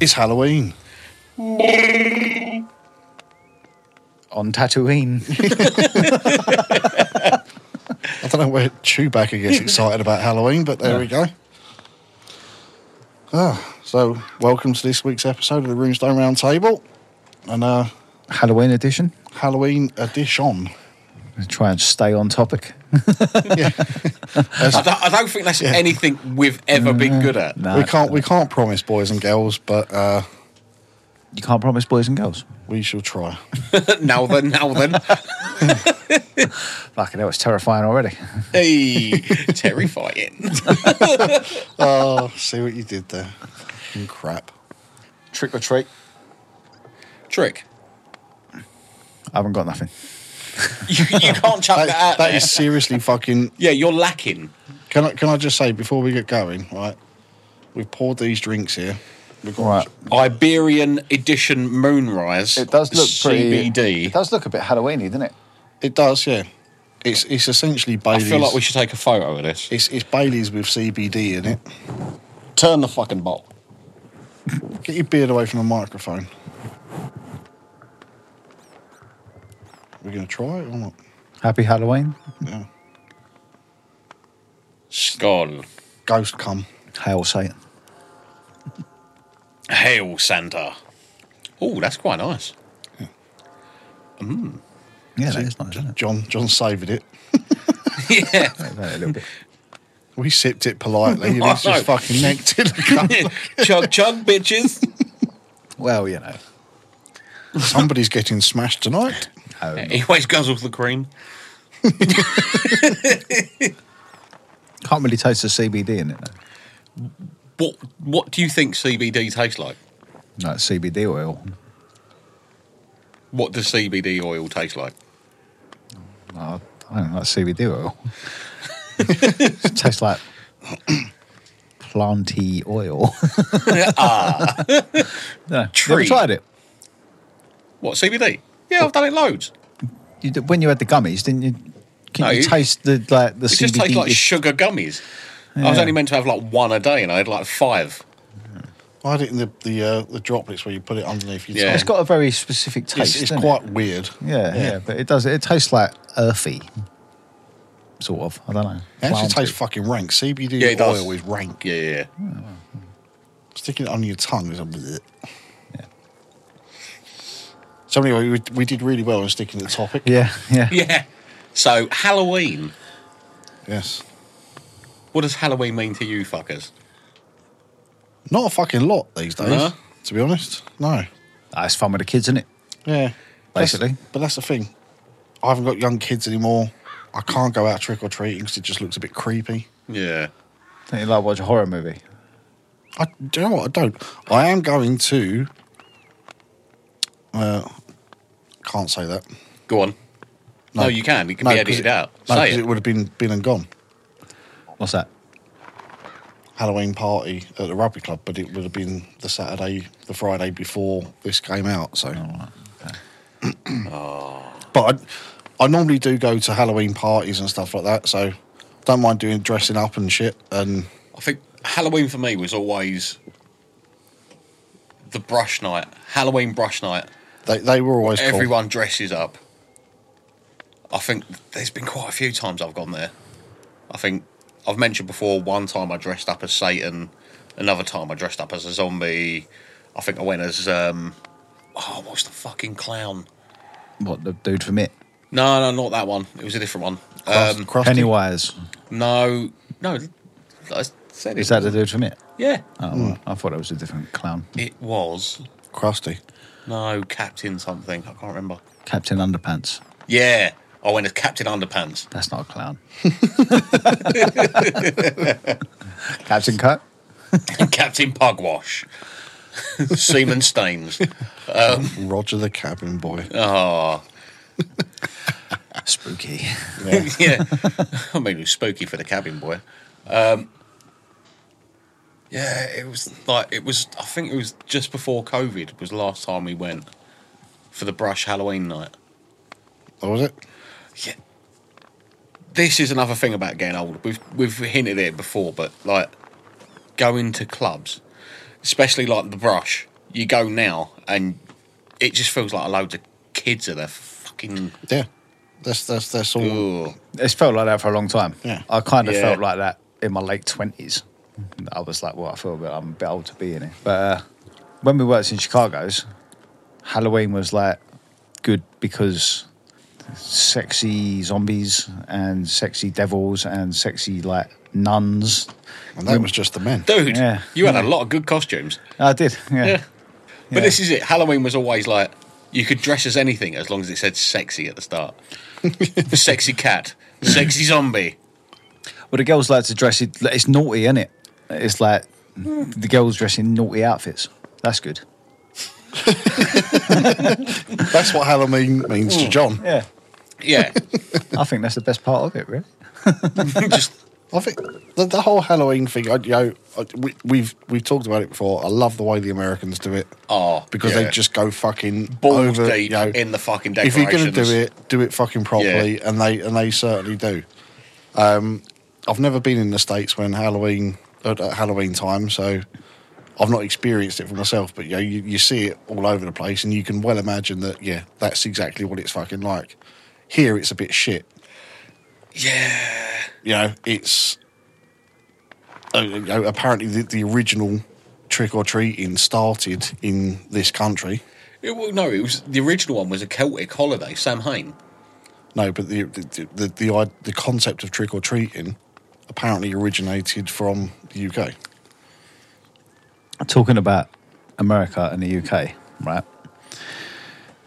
It's Halloween. on Tatooine. I don't know where Chewbacca gets excited about Halloween, but there we go. Ah, so welcome to this week's episode of the Roomstone Roundtable and uh, Halloween edition. Halloween edition. Try and stay on topic. Yeah, I don't, I don't think that's anything we've ever been good at. No, we can't we can't promise boys and girls, but uh, you can't promise boys and girls. we shall try. now then, now then. Fucking hell, it's terrifying already. Hey, terrifying. Oh, see what you did there. Fucking crap. Trick or treat. Trick. I haven't got nothing. You, you can't chuck that, That, out that there. is seriously fucking Yeah, you're lacking. Can I can I just say before we get going, right? We've poured these drinks here. We've got Right. Iberian edition Moonrise. CBD. It does look a bit Halloweeny, doesn't it? it does, yeah. It's it's essentially I Bailey's. feel like we should take a photo of this. It's it's Bailey's with CBD in it. Turn the fucking bottle. Get your beard away from the microphone. We're gonna try it or not? Happy Halloween. Yeah. Skull. Ghost come. Hail Satan. Hail Santa. Oh, that's quite nice. Yeah, that is nice, isn't it? John John savoured it. yeah. Like that A little bit. We sipped it politely and he's I know. just fucking necked it. chug, chug, bitches. Well, you know. Somebody's getting smashed tonight. um, He always guzzles the cream. can't really taste the CBD in it, though. What What do you think CBD tastes like? Like CBD oil. What does CBD oil taste like? I I don't like CBD oil. it tastes like planty oil. no, You ever Tree. tried it? What CBD? Yeah, I've done it loads. You, d- when you had the gummies, didn't you? Can No, you it- taste the like the It CBD? just tastes like is- sugar gummies. I was Yeah. only meant to have like one a day, and I had like five. I had it in the the, uh, the droplets where you put it underneath your Yeah. tongue. it's got a very specific It's, taste. it's doesn't it? quite weird. Yeah, yeah, but it does. It tastes like earthy, sort of. I don't know. It actually Planty. tastes fucking rank. CBD Yeah, it oil does. is rank. Yeah, yeah. yeah. Sticking it on your tongue is a bit. So anyway, we, we did really well in sticking to the topic. Yeah, yeah. Yeah. So Halloween. Yes. What does Halloween mean to you, fuckers? Not a fucking lot these days, No? to be honest. No. Ah, it's fun with the kids, isn't it? Yeah. That's- Basically. but that's the thing. I haven't got young kids anymore. I can't go out trick or treating because it just looks a bit creepy. Yeah. Don't you like watch a horror movie? I do you know what I don't. I am going to. Uh, can't say that. Go on. No, you can. It can be 'cause edited it- out. No, Say 'cause it. it would have been been and gone. What's that? Halloween party at the rugby club, but it would have been the Saturday, the Friday before this came out. So, but I, I normally do go to Halloween parties and stuff like that. So, don't mind doing dressing up and shit. And I think Halloween for me was always the brush night. Halloween brush night. they they were always cool. Everyone dresses up. I think there's been quite a few times I've gone there. I think I've mentioned before one time I dressed up as Satan, another time I dressed up as a zombie. I think I went as um oh what's the fucking clown? What the dude from it? No, no, not that one. It was a different one. Crust- Um, crusty. Pennywise. no, no. I said it. Is that the dude from it? Yeah. Oh, right. I thought it was a different clown. It was crusty. no Captain something. I can't remember. Captain Underpants. Yeah, I went as Captain Underpants. That's not a clown. Captain Cut. Captain Pugwash, Seaman Staines. Roger the cabin boy. Oh, Spooky. Yeah. yeah. I mean, it was spooky for the cabin boy. Um, yeah, it was like it was. I think it was just before COVID was the last time we went for the brush Halloween night. That was it. Yeah. This is another thing about getting older. We've we've hinted at it before, but like going to clubs. especially like the brush. You go now, and it just feels like loads of kids are there. Fucking Yeah, that's that's that's all. Ugh. It's felt like that for a long time. Yeah. I kind of Yeah. felt like that in my late twenties. I was like, well, I feel a bit, I'm a bit old to be in it. But uh, when we worked in Chicago's, Halloween was like good because sexy zombies and sexy devils and sexy like nuns. And that was just the men. dude, Yeah. you had a lot of good costumes. I did, yeah. Yeah. But Yeah. this is it. Halloween was always like you could dress as anything as long as it said sexy at the start. sexy cat, sexy zombie. Well, the girls like to dress it. like, It's naughty, is it? It's like the girls dress in naughty outfits. That's good. That's what Halloween means to John. Yeah, Yeah. I think that's the best part of it, really. Just I think the, the whole Halloween thing. I, you know, I, we, we've we've talked about it before. I love the way the Americans do it oh, because yeah. they just go fucking balls over. deep you know, in the fucking if you're going decorations. to do it, do it fucking properly, and they and they certainly do. Um, I've never been in the states when Halloween at at Halloween time, so I've not experienced it for myself. But you, know, you you see it all over the place, and you can well imagine that. Yeah, that's exactly what it's fucking like. Here, it's a bit shit. yeah. You know, it's uh, you know, apparently the, the original trick or treating started in this country. It, well, no, it was the original one was a Celtic holiday, Samhain. No, but the the the, the, i- the concept of trick or treating apparently originated from the UK. talking about America and the UK, right?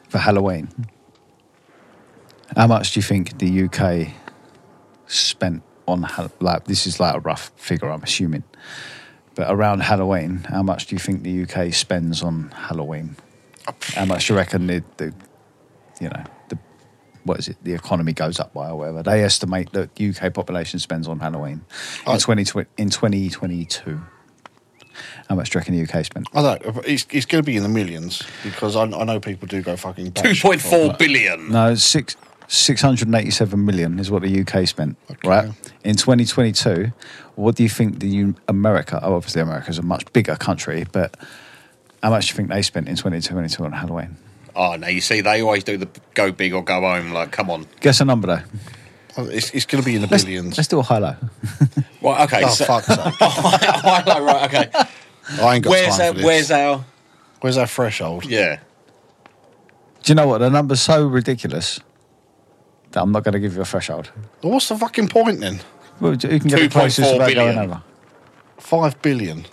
For Halloween, how much do you think the UK spent on Hal- like this is like a rough figure, I'm assuming, but around Halloween, how much do you think the UK spends on Halloween? How much do you reckon the, the you know the what is it? The economy goes up by or whatever. They estimate that UK population spends on Halloween Oh. in twenty in twenty twenty two. How much do you reckon the UK spent? I don't. know, It's it's going to be in the millions because I, I know people do go fucking batshit Two point four for it. billion. No, six six hundred eighty-seven million is what the UK spent, Okay. right? In twenty twenty-two, what do you think the U- America? Oh, obviously, America is a much bigger country, but how much do you think they spent in twenty twenty-two on Halloween? Oh, now you see, they always do the go big or go home. Like, come on. Guess a number though. It's, it's going to be in the Let's, billions. let's do a high low. Well, okay. Oh so- fuck's sake! I know, right, okay. I ain't got Where's time our, for this. where's our? Where's our threshold? Yeah. Do you know what? The number's so ridiculous that I'm not going to give you a threshold. Well, What's the fucking point then? Well, you can get the 2.4 closest without going billion. over. Five billion.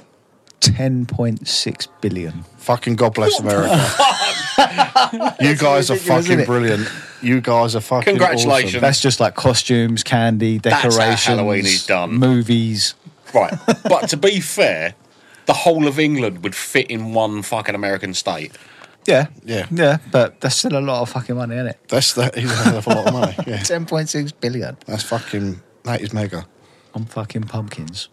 Ten point six billion. Fucking God bless America. you guys are ridiculous, isn't fucking it? brilliant. You guys are fucking Congratulations. awesome. That's just like costumes, candy, how decorations, Halloween is done. movies. Right. But to be fair, the whole of England would fit in one fucking American state. Yeah. Yeah. Yeah, but that's still a lot of fucking money, isn't it? That's that is a hell of a lot of money. Yeah, 10.6 billion. that's fucking that is mega. On fucking pumpkins.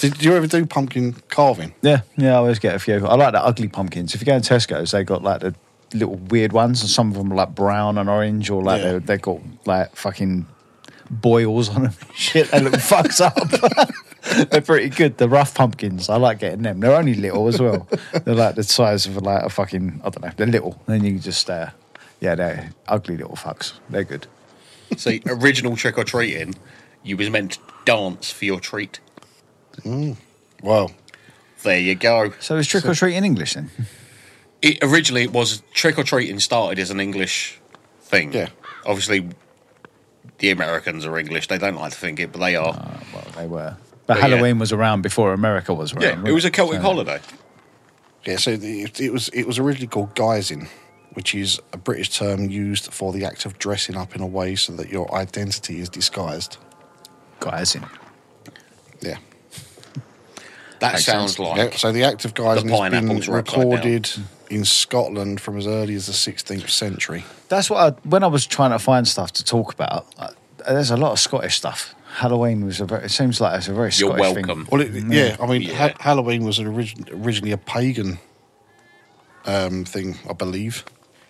Did you ever do pumpkin carving? Yeah, yeah, I always get a few. I like the ugly pumpkins. If you go to Tesco's, they got like the little weird ones, and some of them are like brown and orange, or like Yeah. they they got like fucking boils on them. Shit, they look fucks up. They're pretty good. The rough pumpkins, I like getting them. They're only little as well. They're like the size of like a fucking I don't know. They're little. Then you can just uh, yeah, they're ugly little fucks. They're good. See, original trick or treating, you was meant to dance for your treat. Well, There you go. So is trick or treat in English then? It, originally, it was trick or treating started as an English thing. Yeah. Obviously, the Americans are English. They don't like to think it, but they are. Well, they were. But, But yeah. Halloween was around before America was around. yeah, it wasn't was a Celtic So- holiday. yeah. So it, it was it was originally called guising, which is a British term used for the act of dressing up in a way so that your identity is disguised. Guys in. Yeah. That Makes sounds sense. like. Yeah, so the act of guising has pineapples been are upside down. recorded in Scotland from as early as the 16th century. That's what I, when I was trying to find stuff to talk about. I, there's a lot of Scottish stuff. Halloween was a very. It seems like it's a very You're Scottish thing. welcome. Well, it, yeah, I mean, Mm. Yeah. Ha- Halloween was an origin- originally a pagan um, thing, I believe.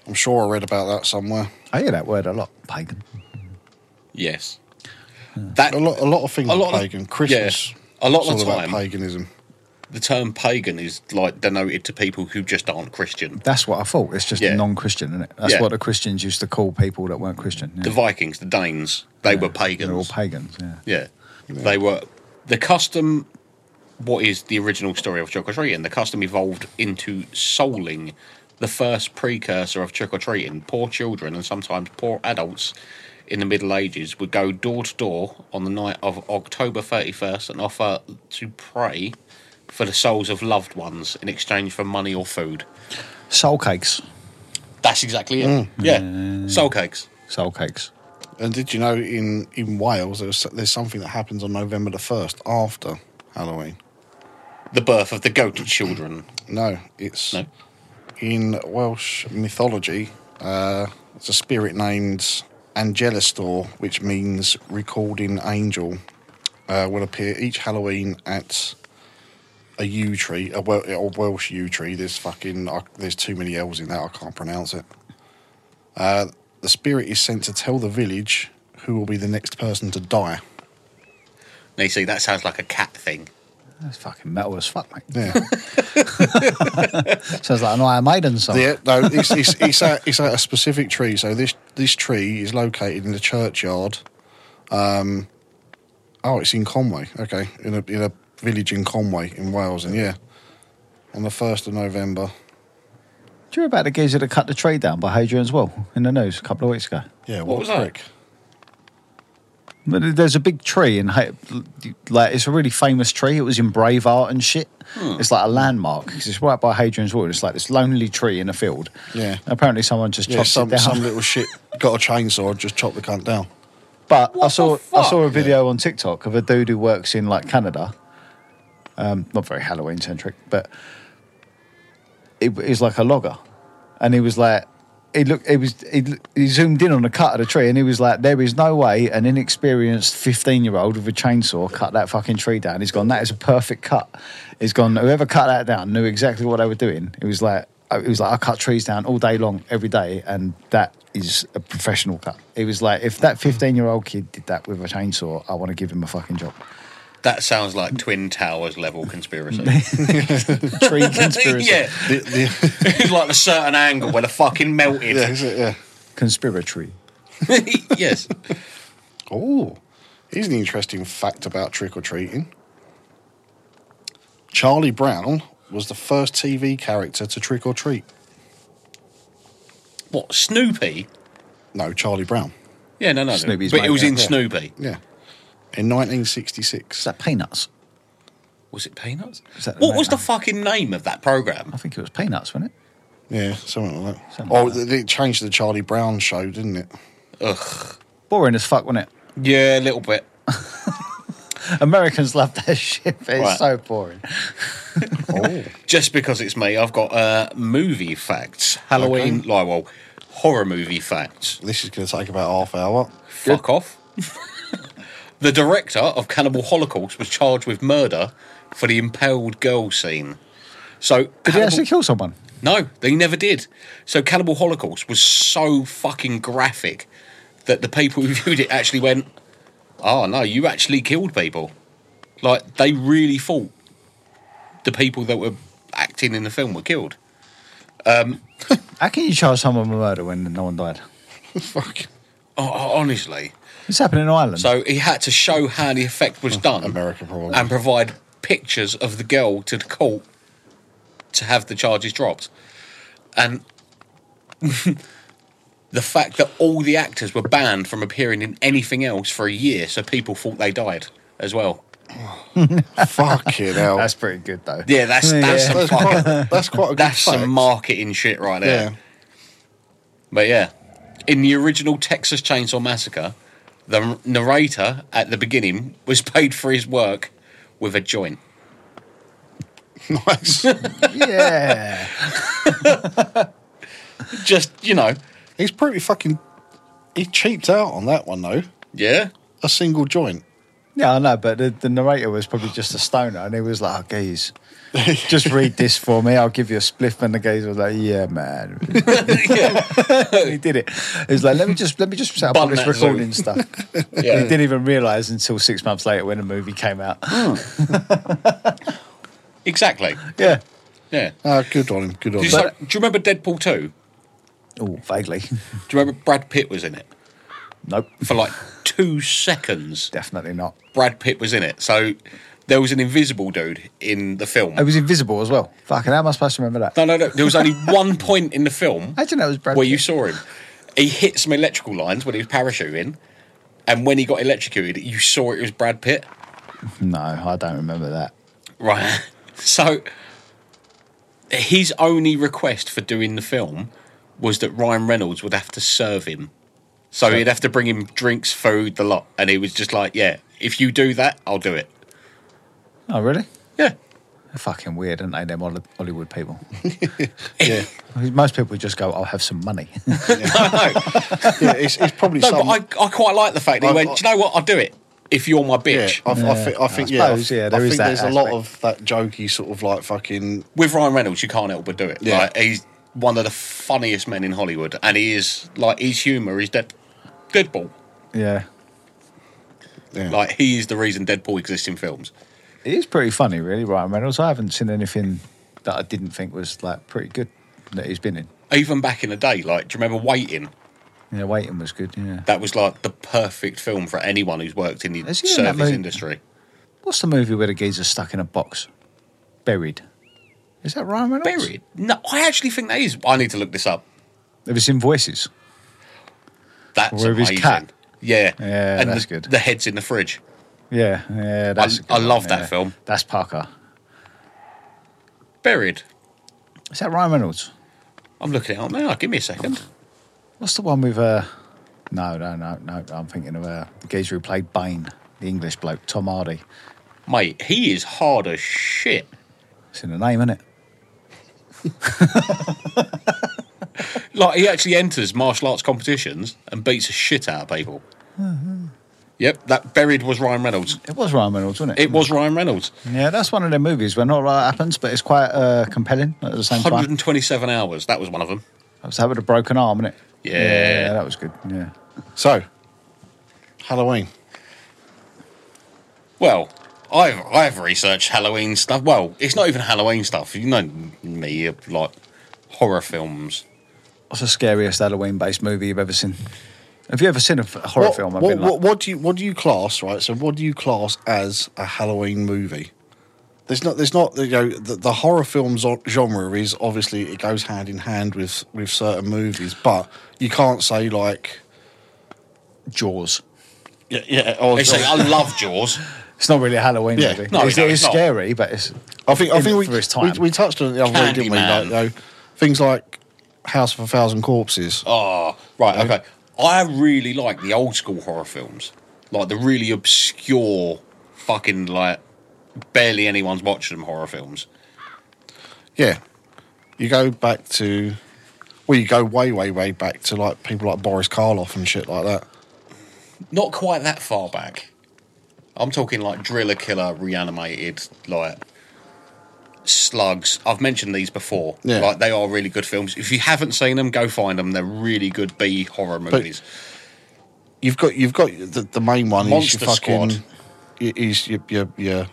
I'm sure I read about that somewhere. I hear that word a lot. Pagan. Yes. That A lot, a lot of things A are lot of- pagan. Christmas, A lot It's of all the about time, paganism. the term pagan is like denoted to people who just aren't Christian. That's what I thought. It's just Yeah. non-Christian, isn't it? That's Yeah. what the Christians used to call people that weren't Christian. yeah. The Vikings, the Danes, they Yeah. were pagans. They're all pagans. Yeah. Yeah. They were the custom what is the original story of trick or treating? The custom evolved into souling, the first precursor of trick or treating. Poor children and sometimes poor adults in the Middle Ages would go door to door on the night of October 31st and offer to pray for the souls of loved ones in exchange for money or food. Soul cakes. That's exactly it. Mm. Yeah. Soul cakes. Soul cakes. And did you know in in Wales there's there's something that happens on November the first after Halloween? The birth of the goat children. No, it's No. in Welsh mythology. Uh, it's a spirit named Angelistor, which means recording angel. Uh, will appear each Halloween at a yew tree, a, Wel- a Welsh yew tree. There's fucking I, there's too many L's in that. I can't pronounce it. Uh, the spirit is sent to tell the village who will be the next person to die. Now you see, that sounds like a cat thing. That's fucking metal as fuck, mate. Yeah. Sounds like an Iron Maiden song. Yeah, no, it's it's it's at, it's at a specific tree. So this this tree is located in the churchyard. Um, oh, it's in Conway. Okay, in a in a village in Conway in Wales, and yeah, on the first of November. Do you remember about the geezer that cut the tree down by Hadrian's Wall in the news a couple of weeks ago? Yeah, What a was that? prick. But There's a big tree in Ha- like it's a really famous tree. It was in Braveheart and shit. Hmm. It's like a landmark 'cause it's right by Hadrian's Wall. It's like this lonely tree in a field. Yeah. Apparently, someone just Yeah, chopped it some down. some little shit got a chainsaw and just chopped the cunt down. But I What saw the I fuck? saw a video on TikTok of a dude who works in like Canada. Um, not very Halloween centric, but it is like a logger, and he was like, he looked, he was, he, he zoomed in on the cut of the tree, and he was like, there is no way an inexperienced fifteen-year-old with a chainsaw cut that fucking tree down. He's gone, that is a perfect cut. He's gone, whoever cut that down knew exactly what they were doing. It was like. It was like I cut trees down all day long, every day, and that is a professional cut. It was like if that fifteen-year-old kid did that with a chainsaw, I want to give him a fucking job. That sounds like Twin Towers level conspiracy. Tree conspiracy, yeah, The, the, it's like a certain angle where the fucking melted. yeah, is it? Yeah. conspiratory. yes, Oh, here's an interesting fact about trick or treating. Charlie Brown was the first TV character to trick or treat. what Snoopy? No, Charlie Brown. Yeah, no, no, no. Snoopy's but mate, it was yeah. in Yeah. Snoopy. Yeah. In 1966. Is that peanuts? Was it Peanuts? Is that the What mate, was the mate? fucking name of that program? I think it was peanuts, wasn't it? Yeah, something like that. Something oh, like that. th- it changed to the Charlie Brown show, didn't it? Ugh. Boring as fuck, wasn't it? Yeah, a little bit. Americans love that shit. But it's Right. so boring. Oh, Just because it's me, I've got uh, movie facts. Halloween, like, well, horror movie facts. this is going to take about half hour. Fuck off. the director of Cannibal Holocaust was charged with murder for the impaled girl scene. So Did he Cannibal- actually kill someone? No, they never did. So Cannibal Holocaust was so fucking graphic that the people who viewed it actually went, "Oh no, you actually killed people." Like they really thought the people that were acting in the film were killed. How can you charge someone with murder when no one died? Fuck. Oh, oh, honestly, It's happening in Ireland. so he had to show how the effect was done, America probably. and provide pictures of the girl to the court to have the charges dropped, and. the fact that all the actors were banned from appearing in anything else for a year, so people thought they died as well. Fucking hell. that's pretty good though. Yeah, that's that's Yeah. some That's fucking- quite, that's quite a good that's fact. some marketing shit right there. Yeah. But yeah, in the original Texas Chainsaw Massacre, the narrator at the beginning was paid for his work with a joint. Nice. yeah. Just you know, He's pretty fucking. He cheaped out on that one, though. yeah. A single joint. Yeah, I know, but the, the narrator was probably just a stoner, and he was like, oh, "Geez, just read this for me. I'll give you a spliff." And the geez was like, "Yeah, man." yeah. he did it. He was like, "Let me just let me just set up all Bun this that zoo. recording stuff." He yeah. didn't even realise until six months later when the movie came out. Exactly. yeah. Yeah. Ah, good on him. Good on Do you, him. do you remember Deadpool 2? Oh, vaguely. Do you remember Brad Pitt was in it? Nope. For like two seconds, Definitely not. Brad Pitt was in it. So there was an invisible dude in the film. It was invisible as well. Fucking, how am I supposed to remember that? No, no, no. There was only one point in the film Imagine that was Brad. where you Pitt. saw him. He hit some electrical lines when he was parachuting, and when he got electrocuted, you saw it was Brad Pitt. No, I don't remember that. Right. So his only request for doing the film was that Ryan Reynolds would have to serve him. So he'd have to bring him drinks, food, the lot. And he was just like, yeah, if you do that, I'll do it. Oh, really? Yeah. They're fucking weird, aren't they? Them Holly- Hollywood people. Yeah. Most people just go, "I'll have some money." no, yeah, it's, it's probably no, some. but I, I quite like the fact that he I- went, I- do you know what? I'll do it if you're my yeah, bitch. I, I, think, I think, yeah, I suppose, yeah, there I is think that there's a lot aspect. of that jokey sort of like fucking With Ryan Reynolds, you can't help but do it. Yeah. Like, he's one of the funniest men in Hollywood. And he is, like, his humour is dead, Deadpool. yeah, yeah. Like, he is the reason Deadpool exists in films. it is pretty funny, really. Ryan Reynolds. I haven't seen anything that I didn't think was like pretty good that he's been in. even back in the day, like, do you remember Waiting? Yeah, waiting was good. Yeah. That was like the perfect film for anyone who's worked in the Is he in that service movie? industry. What's the movie where the geezer's stuck in a box, buried? Is that Ryan Reynolds? Buried? No, I actually think that is. I need to look this up. It was in Voices. That's Where amazing. his cat- Yeah, Yeah, and that's the, good. The head's in the fridge. Yeah, yeah. That's a good I love that yeah. film. That's Parker. Buried. Is that Ryan Reynolds? I'm looking it up now. Give me a second. What's the one with uh no no no no I'm thinking of uh the geezer who played Bane, the English bloke, Tom Hardy. Mate, he is hard as shit. It's in the name, isn't it? Like he actually enters martial arts competitions and beats the shit out of people. Mm-hmm. Yep, that buried was Ryan Reynolds. It was Ryan Reynolds, wasn't it? It was Ryan Reynolds. Yeah, that's one of their movies where not a lot happens, but it's quite uh, compelling at the same time. 127 hours. That was one of them. That was that with a broken arm, is it? Yeah. yeah, that was good. Yeah, So, Halloween. Well, I've I've researched Halloween stuff. Well, it's not even Halloween stuff. You know me, you like horror films. what's the scariest Halloween-based movie you've ever seen? Have you ever seen a f- a horror what, film? I've What, been like, what, what do you what do you class right? So what do you class as a Halloween movie? There's not there's not you know the, the horror film zo- genre is obviously it goes hand in hand with with certain movies, but you can't say like Jaws. yeah yeah. oh, Or, They say I love Jaws. It's not really a Halloween Yeah. movie. No, it's, no, it it's is not. scary, but it's I think I in think it we, for its time. we we touched on it the other week, didn't we? Like, Candyman. you know, things like House of a Thousand Corpses. Oh, right, okay. I really like the old school horror films, like the really obscure, fucking like barely anyone's watching them horror films. Yeah, you go back to well, you go way way way back to like people like Boris Karloff and shit like that. Not quite that far back. I'm talking like Driller Killer, Reanimated, like Slugs. I've mentioned these before. Yeah. Like they are really good films. If you haven't seen them, go find them. They're really good B horror movies. you've got you've got the, the main one Monster is your fucking Squad. i- is your your, your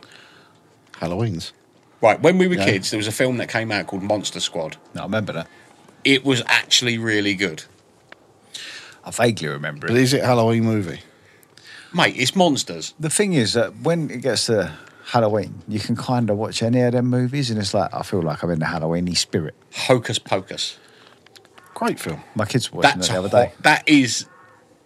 Halloween's. right, when we were Yeah. kids, there was a film that came out called Monster Squad. No, I remember that. It was actually really good. I vaguely remember But it. is it a Halloween movie? Mate, it's monsters. The thing is that when it gets to Halloween, you can kind of watch any of them movies, and it's like I feel like I'm in the Halloweeny spirit. Hocus pocus. Great film. My kids were watching it That's the a other hor- day. that is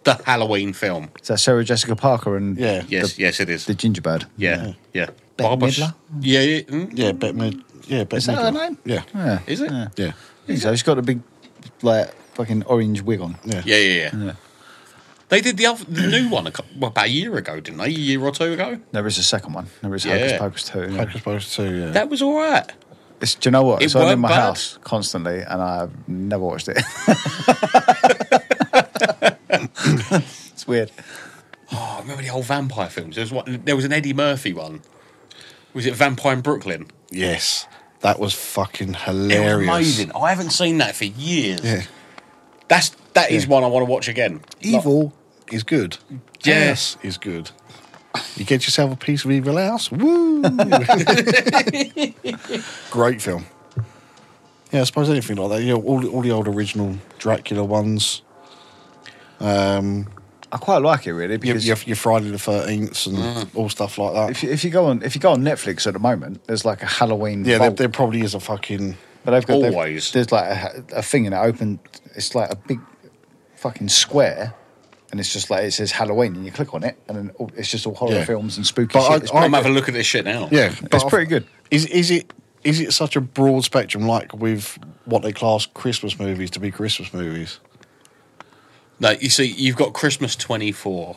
the Halloween film. Is that Sarah Jessica Parker and Yeah. Yes, yes, it is. the gingerbread? yeah, yeah. Bette Barbara Sh- Midler? Yeah, yeah. mm, Yeah, Bette Mid. Yeah, Bette Is that her Midler. name? Yeah, yeah. Is it? Yeah. yeah, I think so. She's got a big, like, fucking orange wig on. yeah. Yeah, yeah, yeah. They did the other, the new one a couple, well, about a year ago, didn't they? A year or two ago. There is a second one. There is Yeah. Hocus Pocus 2. yeah. Hocus Pocus two. Yeah. That was all right. It's, do you know what? It It's on in weren't my bad. house constantly, and I've never watched it. it's weird. Oh, I remember the old vampire films. There was one, there was an Eddie Murphy one. Was it Vampire in Brooklyn? Yes, that was fucking It was hilarious. amazing. I haven't seen that for years. Yeah. That's that is one I want to watch again. Evil is good. Yes. Yes is good. You get yourself a piece of evil house. Woo! Great film. Yeah, I suppose anything like that. You know, all, all the old original Dracula ones. Um, I quite like it really your, because your, your Friday the Thirteenth and all stuff like that. Mm. if, you- if you go on if you go on Netflix at the moment, there's like a Halloween. yeah, there, vault. there probably is a fucking. But they've got they've- Always. there's like a, a thing in it open. It's like a big fucking square, and it's just like it says Halloween, and you click on it, and then all- it's just all horror Yeah. films and spooky But shit. I- It's I'm pretty- having a look at this shit now. Yeah, it's I- pretty good. Is is it is it such a broad spectrum like with what they class Christmas movies to be Christmas movies? No, you see, you've got Christmas 24,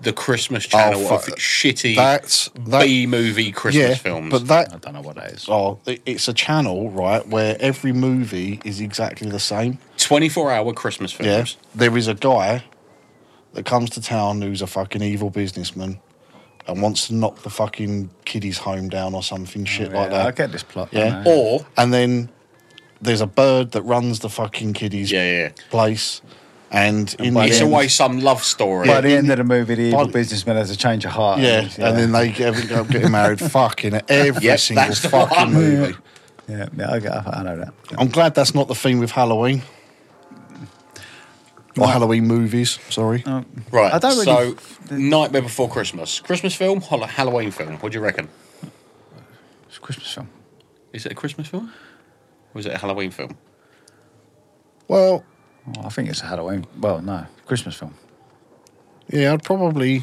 the Christmas channel Oh, fuck. of shitty That's that, B movie Christmas yeah, films. but that I don't know what that is. Oh, it- it's a channel, right, where every movie is exactly the same. 24 hour Christmas Yeah. films. There is a guy that comes to town who's a fucking evil businessman and wants to knock the fucking kiddies home down or something shit Oh, like Yeah, that. I get this plot. Yeah. I know. Or, And then there's a bird that runs the fucking kiddies yeah, yeah. place. And, in by the the It's end- always some love story. by the end of the movie, the evil By- businessman has a change of heart. yeah, and then they get, end up getting married fucking every Yep, single that's the fucking one. movie. yeah, yeah, I, get- I know that. Yeah. I'm glad that's not the theme with Halloween. Or Halloween movies, sorry. Oh. right. I don't really- so, Nightmare Before Christmas. Christmas film, Hol- Halloween film. What do you reckon? It's a Christmas film. Is it a Christmas film? Or is it a Halloween film? Well, Oh, I think it's a Halloween. Well, no, Christmas film. yeah, I'd probably.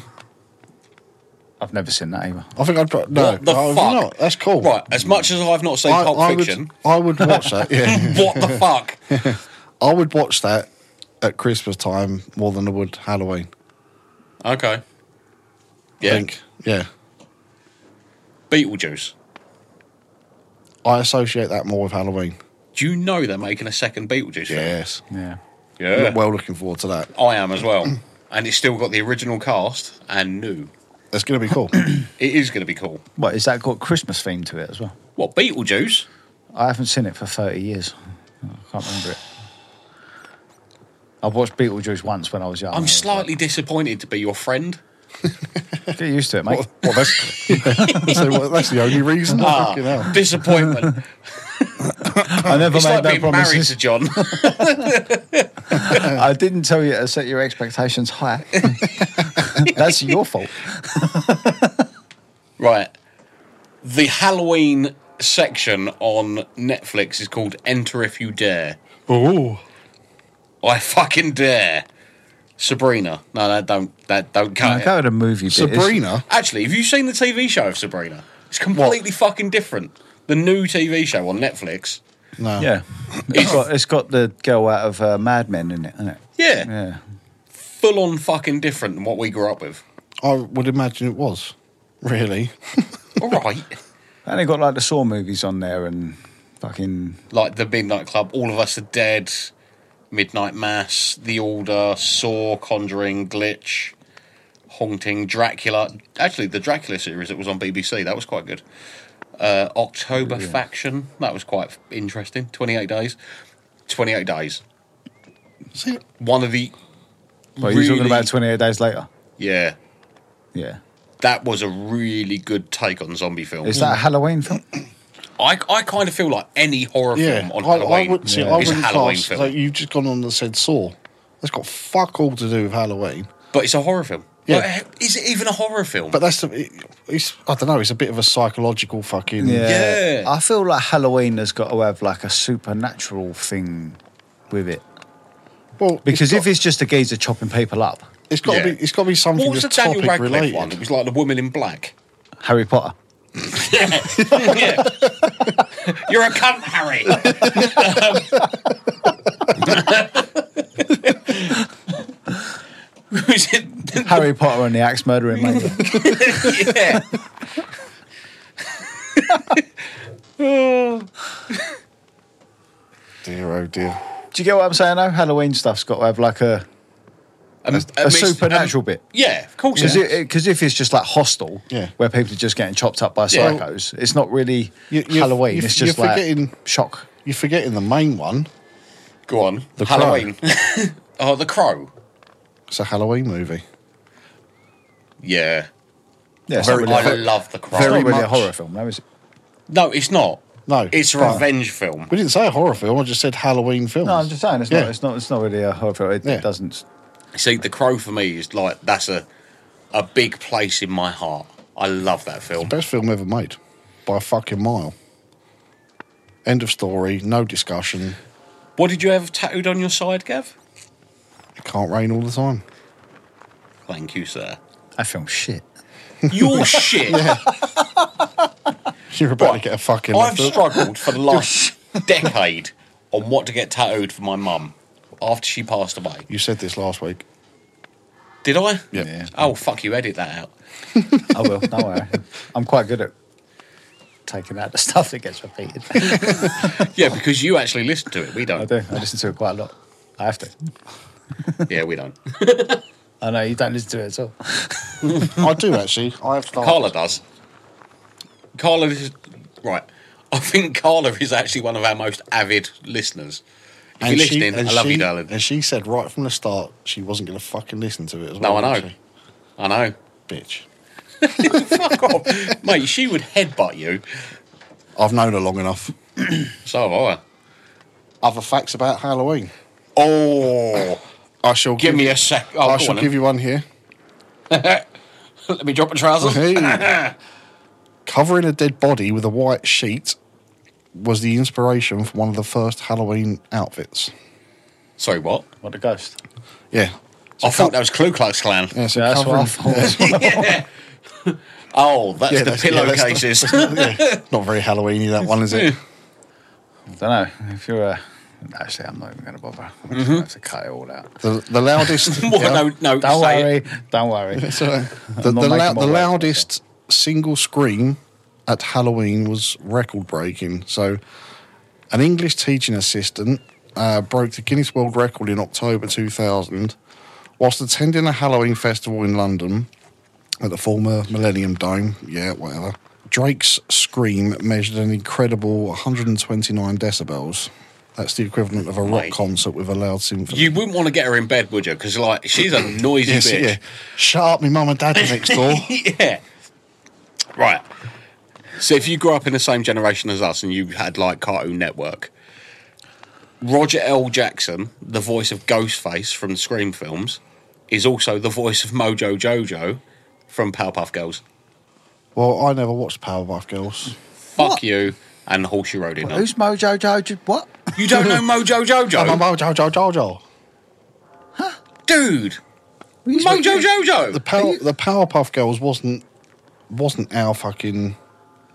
I've never seen that either. I think I'd probably. No, what the no, fuck? you're not. That's cool. Right. As much as I've not seen I, Pulp I Fiction, would, I would watch that. Yeah, what the fuck? I would watch that at Christmas time more than I would Halloween. Okay. I Yeah. think. Yeah, Beetlejuice. I associate that more with Halloween. Do you know they're making a second Beetlejuice film? Yes, Yeah. Yeah. well, looking forward to that. I am as well. and it's still got the original cast and new. That's going to be cool. It is going to be cool. What is that got Christmas theme to it as well? What, Beetlejuice? I haven't seen it for 30 years. I can't remember it. I watched Beetlejuice once when I was young. I I'm was slightly disappointed to be your friend. like, get used to it, mate. well, that's, so, well, that's the only reason. Ah, Fucking hell. disappointment. I never it's made like no being married promises. to John. I didn't tell you to set your expectations high. That's your fault. right. The Halloween section on Netflix is called Enter If You Dare. Ooh. I fucking dare. Sabrina. No, that don't that don't count. Go to the movie. bit. Sabrina. Actually, have you seen the TV show of Sabrina? It's completely fucking different. The new TV show on Netflix. No. It's- yeah. It's got, it's got the girl out of uh, Mad Men in it, isn't it? Yeah, Yeah. full on fucking different than what we grew up with. I would imagine it was. Really? All right, And they got like the Saw movies on there and fucking. like the Midnight Club, All of Us Are Dead, Midnight Mass, The Order, Saw, Conjuring, Glitch, Haunting, Dracula. Actually, the Dracula series that was on BBC that was quite good. Uh, October Faction that was quite interesting. Twenty eight days, twenty eight days. See, One of the Well, you're talking really- about 28 days later. yeah. Yeah. that was a really good take on zombie films. Is that a Halloween film? I, I kind of feel like any horror film on Halloween would, see, Yeah. I is a wouldn't Halloween class, film, Like, you've just gone on and said Saw. That's got fuck all to do with Halloween. but it's a horror film. Yeah. Like, is it even a horror film? But that's the, it, it's I don't know. It's a bit of a psychological fucking. Yeah. I feel like Halloween has got to have like a supernatural thing with it. Well, Because it's if it's just a geezer chopping people up, got, it's got Yeah. to be it's got to be something what was the that's Daniel topic Radcliffe related. one? It was like the Woman in Black. Harry Potter. Yeah, yeah. You're a cunt, Harry. Um, was it Harry Potter and the axe murdering mania. yeah. Dear oh dear. oh Do you get what I'm saying though? Halloween stuff's got to have like a Um, a amidst- supernatural bit. Yeah, of course. Because yeah. if it's just like hostel, Yeah. where people are just getting chopped up by Yeah. psychos, it's not really You- you- Halloween. you- it's just you're like forgetting- shock. You're forgetting the main one. Go on. The Crow. Halloween. oh, the crow. It's a Halloween movie. Yeah. Yeah, it's Very- not really, I a, hor- love the crow. it's not very really a much. horror film, though, is it? no, it's not. No. It's a No. revenge film. We didn't say a horror film. I just said Halloween films. No, I'm just saying it's Yeah. not. It's not. It's not really a horror film. It, it Yeah. doesn't. See, the crow for me is like that's a a big place in my heart. I love that film. Best film ever made by a fucking mile. End of story. No discussion. What did you have tattooed on your side, Gav? It can't rain all the time. Thank you, sir. That film's shit. Your shit. You're about to get a fucking. I've left hook. struggled for the last decade on what to get tattooed for my mum after she passed away. You said this last week. Did I? Yeah. Yeah. Oh fuck you! Edit that out. I will. Don't worry. I'm quite good at taking out the stuff that gets repeated. Yeah, because you actually listen to it. We I don't. do. I listen to it quite a lot. I have to. Yeah, we don't. I know you don't listen to it at all. I do actually. I have started. Carla does. Carla is right. I think Carla is actually one of our most avid listeners. If And you're she- listening, and I love she- you, darling. And she said right from the start she wasn't going to fucking listen to it as well. no, I did know. she? I know. Bitch. Fuck off. Mate, she would headbutt you. I've known her long enough. So have I. Other facts about Halloween. Oh, I shall give me a sec. Oh, I go shall on give you one here. then. Let me drop my trousers. Hey. Covering a dead body with a white sheet was the inspiration for one of the first Halloween outfits. Sorry, what? What the ghost? Yeah. I thought that was Ku Klux Klan. Yeah, so Yeah, that's what I covering- thought. as well. Oh, that's Yeah, the that's- yeah, that's- pillowcases. yeah, not very Halloweeny that one, is it? I don't know. If you're a. Actually, I'm not even going to bother. I'm just going to have to cut it all out. The, the loudest. What? Yeah. No, Mm-hmm. no. Don't say it. worry. Don't worry. It's all right. the, I'm not the, making lou- my the way. loudest single scream at Halloween was record breaking. So, an English teaching assistant uh, broke the Guinness World Record in October 2000 whilst attending a Halloween festival in London at the former Millennium Dome. Yeah, whatever. Drake's scream measured an incredible 129 decibels. That's the equivalent of a rock Mate. concert with a loud symphony. You wouldn't want to get her in bed, would you? Because like she's a noisy Yes, bitch. yeah. Shut up, my mum and dad are next door. yeah. Right. So if you grew up in the same generation as us and you had like Cartoon Network, Roger L. Jackson, the voice of Ghostface from the Scream films, is also the voice of Mojo Jojo from Powerpuff Girls. Well, I never watched Powerpuff Girls. Fuck What? you and Horseshoe Road in Who's Mojo Jojo? What? You don't know Mojo I'm a Jojo? Mojo Jojo Jojo. Dude! Were you Mojo speaking- The Jojo! Power, the Powerpuff Girls wasn't wasn't our fucking.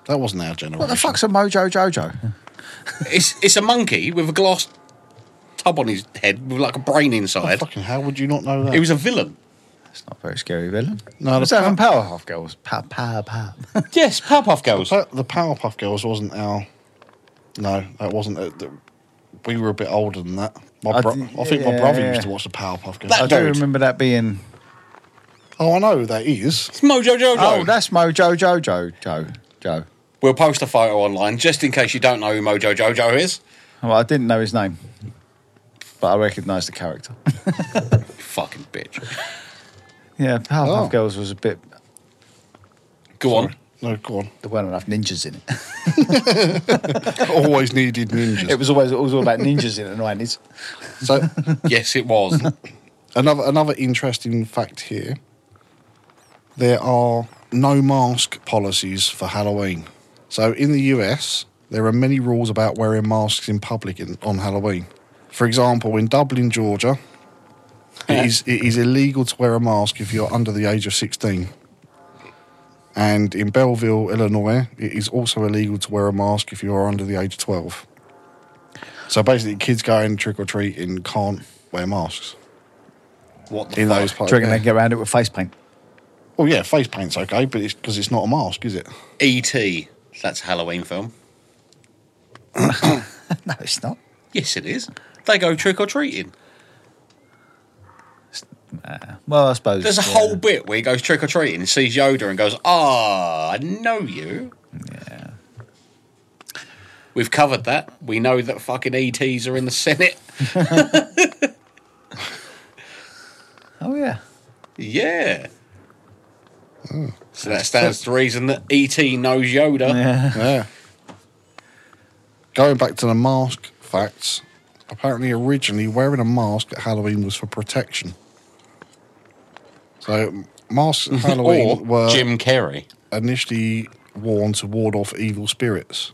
That wasn't our generation. What the fuck's a Mojo Jojo? It's, it's a monkey with a glass tub on his head with like a brain inside. Oh, Fucking how would you not know that? He was a villain. That's not a very scary villain. No, was the that from Powerpuff Girls? Pow, pow, pow. Yes, Powerpuff Girls. Pa- the Powerpuff Girls wasn't our. No, that wasn't. it. The- we were a bit older than that. My I bro- I, d- think my yeah. brother used to watch the Powerpuff Girls. I That- do Dude. remember that being. oh, I know who that is. It's Mojo Jojo. Oh, that's Mojo Jojo Joe Joe. We'll post a photo online just in case you don't know who Mojo Jojo is. Well, I didn't know his name, but I recognised the character. Fucking bitch. yeah, Powerpuff Oh. Girls was a bit. Go on. No, go on. There weren't enough ninjas in it. Always needed it ninjas. was always it was all about ninjas in the nineties. so Yes, it was. Another another interesting fact here. There are no mask policies for Halloween. So in the US, there are many rules about wearing masks in public in, on Halloween. For example, in Dublin, Georgia, it is it is illegal to wear a mask if you're under the age of 16. And in Belleville, Illinois, it is also illegal to wear a mask if you are under the age of 12. So basically, kids going trick or treating can't wear masks What the in fuck? those Do parts. you reckon they get around it with face paint? Well, yeah, face paint's okay, but it's because it's not a mask, is it? E.T. E That's a Halloween film. No, it's not. Yes, it is. They go trick or treating. Nah. Well, I suppose There's a yeah. whole bit where he goes trick or treating and sees Yoda and goes, "Ah, I know you." Yeah. We've covered that. We know that fucking ETs are in the Senate. Oh yeah. Yeah. So that stands to reason that ET knows Yoda. Yeah. Yeah. Going back to the mask facts, apparently originally wearing a mask at Halloween was for protection. So masks at Or Halloween were Jim Carrey. initially worn to ward off evil spirits.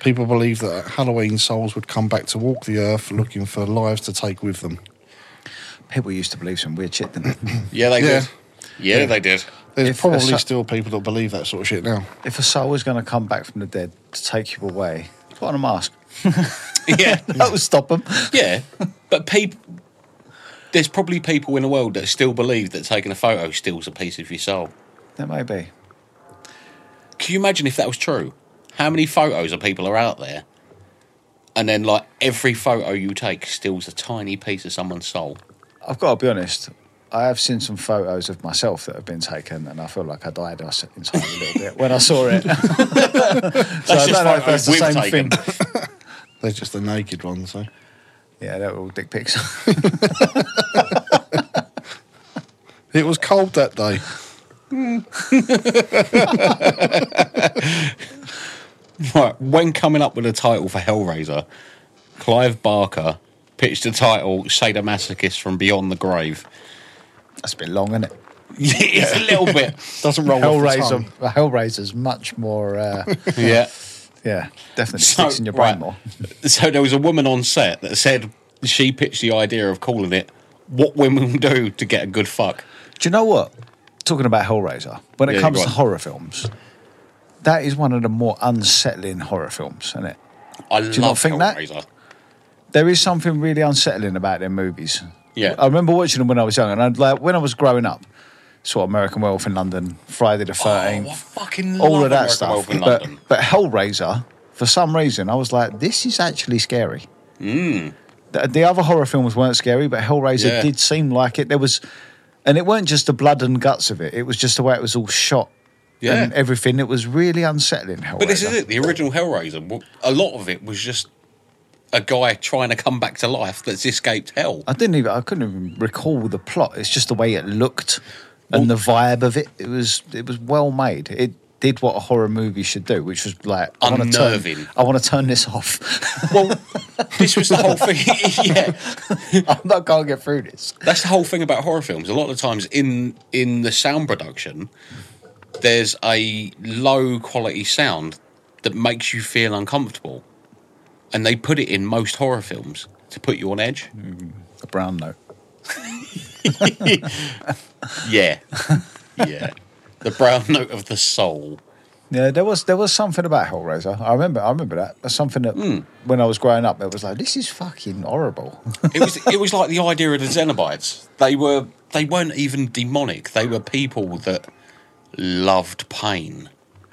People believe that at Halloween souls would come back to walk the earth looking for lives to take with them. People used to believe some weird shit, didn't they? Yeah, they Yeah. did. Yeah, they did. There's If- probably so- still people that believe that sort of shit now. if a soul was going to come back from the dead to take you away, put on a mask. Yeah. That would stop them. yeah. But people. There's probably people in the world that still believe that taking a photo steals a piece of your soul. There may be. Can you imagine if that was true? How many photos of people are out there? And then, like, every photo you take steals a tiny piece of someone's soul. I've got to be honest. I have seen some photos of myself that have been taken, and I feel like I died inside a little bit when I saw it. so I just don't know if that's photos the we've same taken. thing. They're just the naked ones, though. Yeah, they're all dick pics. It was cold that day. Right, when coming up with a title for Hellraiser, Clive Barker pitched the title Sadomasochist from Beyond the Grave. that's a bit long, isn't it? it's a little bit. Doesn't roll off the Hellraiser, tongue. Hellraiser's much more. Uh, Yeah. yeah, definitely So- sticks in your brain right. more. So there was a woman on set that said she pitched the idea of calling it What Women Do to Get a Good Fuck. Do you know what? Talking about Hellraiser, when it Yeah, comes go to on. horror films, that is one of the more unsettling horror films, isn't it? I you not love think that? Hellraiser. There is something really unsettling about their movies. Yeah. I remember watching them when I was young, and I'd, like when I was growing up, saw American Werewolf in London, Friday the Oh, I Thirteenth, Oh, fucking all love of that American stuff. Werewolf in But, London. but Hellraiser, for some reason, I was like, this is actually scary. The, the other horror films weren't scary, but Hellraiser Hmm. Yeah. did seem like it. There was, and it weren't just the blood and guts of it; it was just the way it was all shot Yeah. and everything. It was really unsettling. Hellraiser. But this is it. The original Hellraiser, w- a lot of it was just a guy trying to come back to life that's escaped hell. I didn't even. I couldn't even recall the plot. It's just the way it looked and the vibe of it. It was. It was well made. It did what a horror movie should do, which was like I wanna turn- Unnerving. I want to turn this off. Well, this was the whole thing. yeah, I'm not going to get through this. that's the whole thing about horror films. A lot of times in in the sound production, there's a low quality sound that makes you feel uncomfortable, and they put it in most horror films to put you on edge. A brown note. Yeah, yeah, the brown note of the soul. Yeah, there was there was something about Hellraiser. I remember. I remember that. That's something that Hmm. when I was growing up, it was like this is fucking horrible. It was it was like the idea of the Xenobites. They were they weren't even demonic. They were people that loved pain.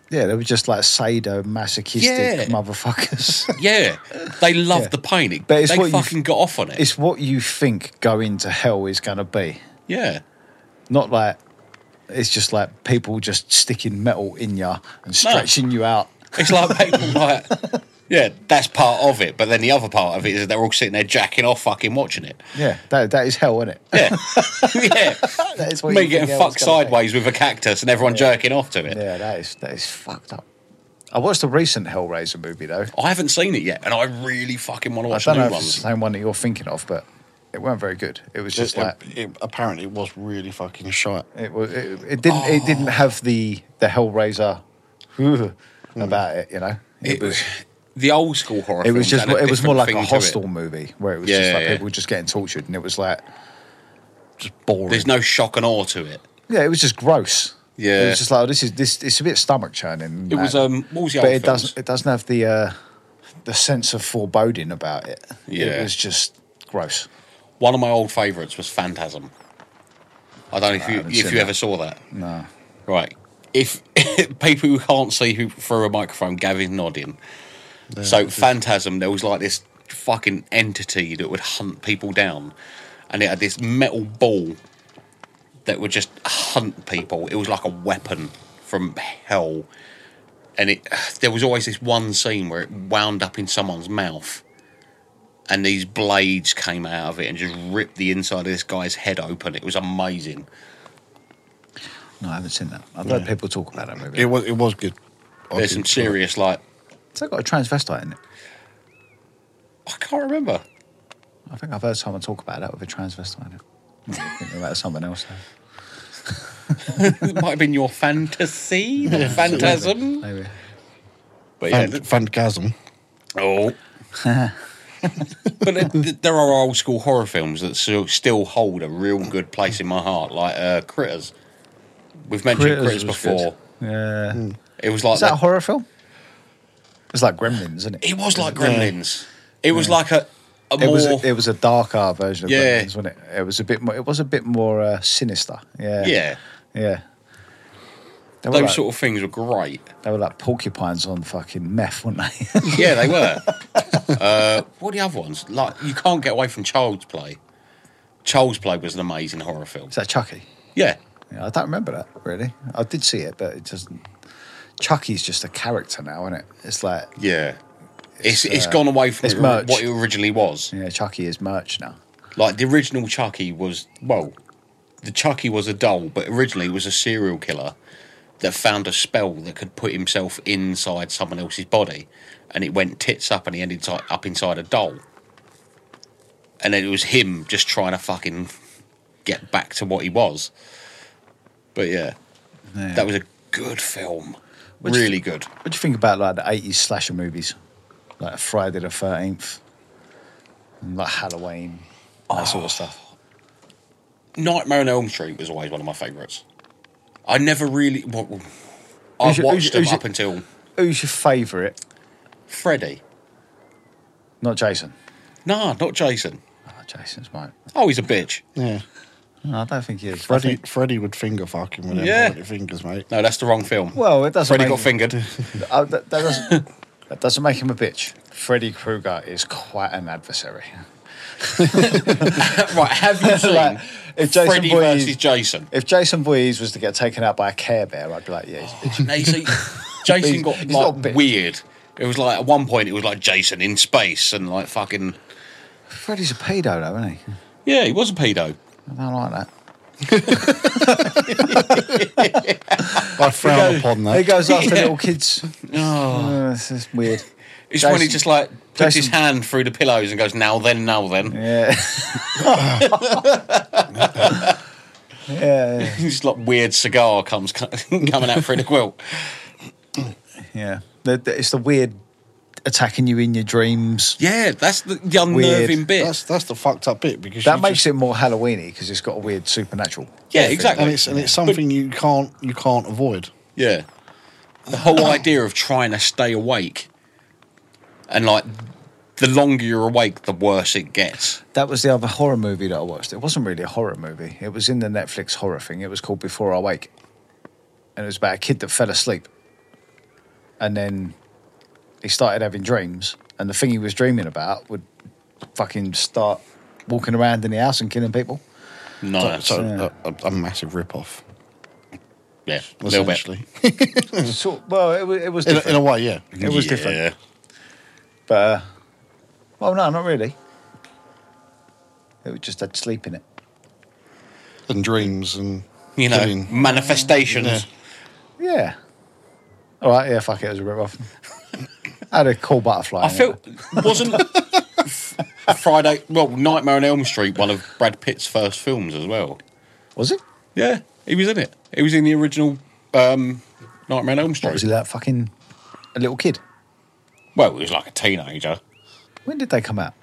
yeah, they were just like sadomasochistic Yeah. motherfuckers. Yeah, they loved Yeah. the pain. It, But it's they what you- fucking got off on it. it's what you think going to hell is going to be. yeah, not like it's just like people just sticking metal in you and stretching you out. it's like people like, yeah, that's part of it. But then the other part of it is they're all sitting there jacking off, fucking watching it. Yeah, that that is hell, isn't it? Yeah, yeah, That is what me you getting think hell fucked is gonna be. sideways with a cactus and everyone jerking off to it. Yeah, that is that is fucked up. I watched the recent Hellraiser movie though. I haven't seen it yet, and I really fucking want to I watch the don't know new if it's the ones. same one that you're thinking of, but it weren't very good. It was just It- like it- it- apparently, it was really fucking shite. it was. It, it didn't. Oh. It didn't have the the Hellraiser about it. You know, Hmm. It was the old school horror. It was films just. had It was more different like thing a to it. hostel movie where it was just Yeah, like yeah. people just getting tortured, and it was like just boring. There's no shock and awe to it. Yeah, it was just gross. Yeah. it was just like oh, this is this. It's a bit stomach churning. It was, um, what was the but other it films? doesn't. It doesn't have the uh, the sense of foreboding about it. Yeah. it was just gross. One of my old favourites was Phantasm. I don't know if I you haven't if seen you that. ever saw that. No, Right. If people who can't see who, through a microphone, Gavin nodding. so, Phantasm, there was like this fucking entity that would hunt people down, and it had this metal ball that would just hunt people. It was like a weapon from hell. And it there was always this one scene where it wound up in someone's mouth and these blades came out of it and just ripped the inside of this guy's head open. It was amazing. No, I haven't seen that. I've heard people talk about that movie. It was it was good. I There's did some see it. serious like Has that got a transvestite in it? I can't remember. I think I've heard someone talk about that with a transvestite in it. I'm thinking about someone else. though. it might have been your fantasy, the phantasm. Maybe. But yeah, Fan- Phantasm. Oh. but th- th- there are old school horror films that still, still hold a real good place in my heart, like uh, Critters. We've mentioned was Critters, good. before. Yeah. It was like Is that a that. horror film? It's like Gremlins, isn't it? it was like Gremlins. It was like a, a It more. was a, it was a darker version of Yeah. Gremlins, wasn't it? It was a bit more. It was a bit more uh, sinister. Yeah, yeah, yeah. They were, those like, sort of things were great. they were like porcupines on fucking meth, weren't they? Yeah, they were. uh, what are the other ones? Like you can't get away from Child's Play. Child's Play was an amazing horror film. Is that Chucky? Yeah, Yeah, I don't remember that really. I did see it, but it doesn't. Chucky's just a character now, isn't it? It's like yeah. It's it's uh, gone away from it's it- merch. what it originally was. yeah, Chucky is merch now. Like the original Chucky was well, the Chucky was a doll, but originally was a serial killer that found a spell that could put himself inside someone else's body, and it went tits up, and he ended ti- up inside a doll. And then it was him just trying to fucking get back to what he was. But yeah, Yeah. that was a good film, Which- really good. What do you think about like the eighties slasher movies, like Friday the Thirteenth, and like Halloween, that Oh. sort of stuff? Nightmare on Elm Street was always one of my favourites. I never really. Well, I Who's watched your- who's- them who's your- up until Who's your favourite? Freddy. Not Jason. Nah, not Jason. Oh, Jason's mine. Oh, he's a bitch. Yeah. No, I don't think he is. I Freddie think- Freddie would finger fuck him with them Yeah. pointy fingers, mate. No, that's the wrong film. well, it doesn't. Freddy make got him, fingered. uh, that, that doesn't. that doesn't make him a bitch. Freddy Krueger is quite an adversary. right, have you seen Like, if Jason Freddy Boy- versus Jason? If Jason Voorhees was to get taken out by a Care Bear, I'd be like, yeah, he's a bitch. No, you see, Jason He's- got he's not a like bitch. weird. It was like at one point it was like Jason in space and like fucking Freddy's a pedo, though, isn't he? yeah, he was a pedo. I don't like that. I frown upon He that. goes after Yeah. little kids. Oh, this is weird. It's when he Jason- just like puts his Jason- hand through the pillows and goes now then now then. Yeah. yeah, He's just like weird cigar comes coming out through the quilt. yeah. The- the- It's the weird attacking you in your dreams. Yeah, that's the, the unnerving Weird. bit. That's that's the fucked up bit because That you makes just- it more Halloweeny because it's got a weird supernatural. yeah, thing. exactly. and it's and it's something you can't you can't avoid. Yeah. The whole idea of trying to stay awake and like the longer you're awake, the worse it gets. That was the other horror movie that I watched. It wasn't really a horror movie. It was in the Netflix horror thing. It was called Before I Wake, and it was about a kid that fell asleep, and then he started having dreams, and the thing he was dreaming about would fucking start walking around in the house and killing people. No, so yeah. a, a, a massive rip off. yeah, a little bit. Essentially. so, well, it, wa- it was In, a- in a different. way, yeah. it was different, but uh, well, no, not really. It was just had sleep in it. And dreams and You know, killing. manifestations. Yeah. Yeah. All right. Yeah. Fuck it. It was a rip off. I had a cool butterfly. I in it. feel wasn't Friday well, Nightmare on Elm Street one of Brad Pitt's first films as well. Was it? Yeah, he was in it. He was in the original um, Nightmare on Elm What was Street. he like? Fucking a little kid. Well, he was like a teenager. When did they come out?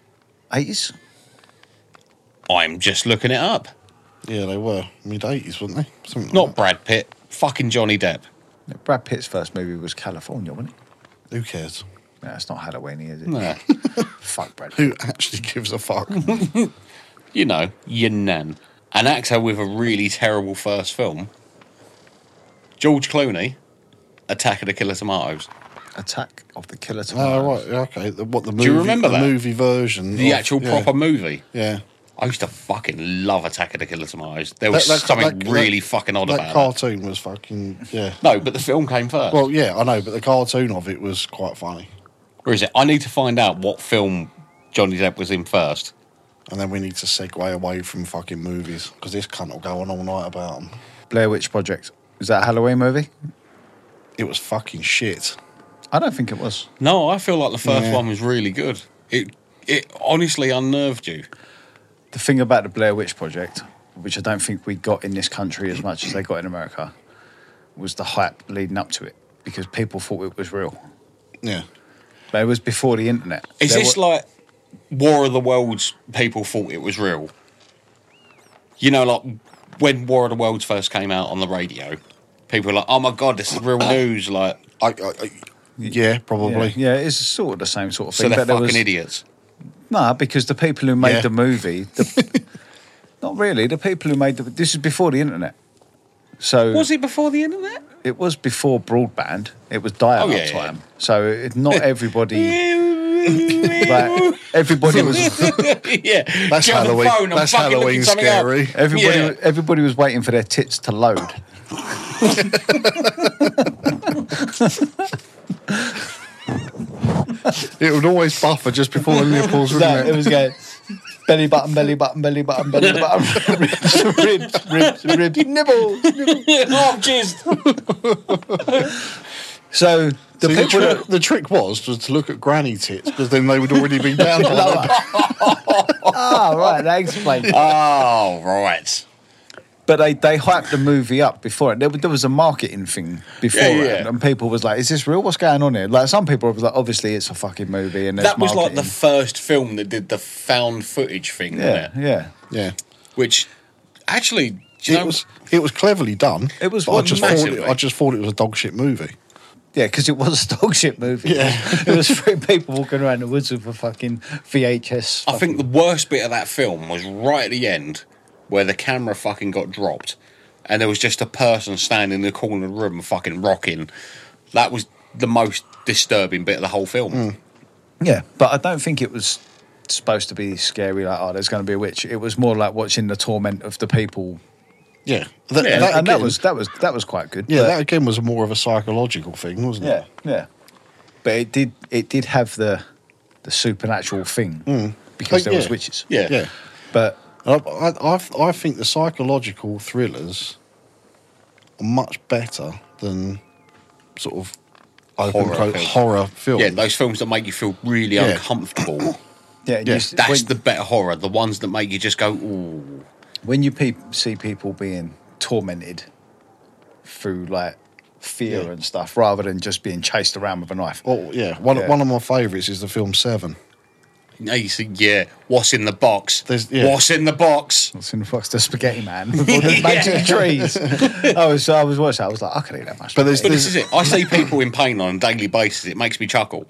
Eighties. I'm just looking it up. Yeah, they were mid eighties, weren't they? Something Not like Brad Pitt, fucking Johnny Depp. Brad Pitt's first movie was California, wasn't it? that. Who cares? No, it's not Halloween, is it? No. Fuck Brad. Pitt. Who actually gives a fuck? you know, your nan. An actor with a really terrible first film. George Clooney, Attack of the Killer Tomatoes. Attack of the Killer Tomatoes. oh right, yeah, okay. The, what the movie? you remember the that? movie version? The of- actual Oh, yeah, proper movie. Yeah. I used to fucking love Attack of the Killer Tomatoes. There was something really fucking odd that about it. cartoon was fucking yeah. No, but the film came first. Well, yeah, I know, but the cartoon of it was quite funny. or is it? I need to find out what film Johnny Depp was in first. And then we need to segue away from fucking movies because this cunt will go on all night about them. Blair Witch Project. Is that a Halloween movie? It was fucking shit. I don't think it was. No, I feel like the first Yeah. one was really good. It it honestly unnerved you. The thing about the Blair Witch Project, which I don't think we got in this country as much as they got in America, was the hype leading up to it because people thought it was real. Yeah. But it was before the internet. Is There this wa- like War of the Worlds? People thought it was real. You know, like when War of the Worlds first came out on the radio, people were like, "Oh my god, this is real news!" Like, I, I, I yeah, probably. Yeah, yeah, it's sort of the same sort of so thing. they're but there fucking was, idiots. Nah, because the people who made Yeah. the movie, the, not really. The people who made the this is before the internet, so Was it before the internet? it was before broadband. It was dial-up Oh, yeah, yeah. time, so it, not everybody. like, everybody was yeah, That's Get on the Halloween. phone, I'm That's fucking looking Halloween something up. scary. everybody Yeah. everybody was waiting for their tits to load. It would always buffer just before the nipples, No, wouldn't it was going belly button, belly button, belly button, belly button, ribs, ribs, ribs, ribs, nibbles. oh, jeez. So the See, the, people trick, the trick was was to look at granny tits because then they would already be down. by Lower. then. Ah, right, that explains. it. Oh, right. But they, they hyped the movie up before it. There, was- there was a marketing thing before Yeah, yeah, it, yeah. and people was like, "Is this real? What's going on here?" Like some people was like, "Obviously, it's a fucking movie." And there's That was like the marketing. first film that did the found footage thing, wasn't yeah, it? yeah. Yeah, Which actually, do you it know, was it was cleverly done. It was but I just thought it, massively. I just thought it was a dog shit movie. Yeah, because it was a dog shit movie. Yeah. it was three people walking around the woods with a fucking VHS. I think the worst bit of that film was right at the end where the camera fucking got dropped and there was just a person standing in the corner of the room fucking rocking. That was the most disturbing bit of the whole film. Yeah, but I don't think it was supposed to be scary. Like, oh, there's going to be a witch. It was more like watching the torment of the people, Yeah, Yeah, and, and that again- was that was that was quite good. yeah but- that again was more of a psychological thing, wasn't yeah, it? yeah. But it did it did have the the supernatural thing because Like, there Mm. Oh, was yeah. witches. Yeah. yeah. But I, I, I- I think the psychological thrillers are much better than sort of open Horror quote, films. horror films. Yeah, those films that make you feel really Yeah. uncomfortable. yeah, you Yeah, s- That's when, the better horror. The ones that make you just go, ooh. when you pe- see people being tormented through like fear Yeah. Oh. and stuff, rather than just being chased around with a knife. Well, yeah, one, Yeah. one of my favourites is the film Seven. Yeah, you see, yeah, what's in the box? There's- yeah. What's in the box? What's in the box? The spaghetti man with all the magic trees. I was, I was watching. that, I was like, I could eat that much. But there's- But this is it. I see people in pain on a daily basis. It makes me chuckle.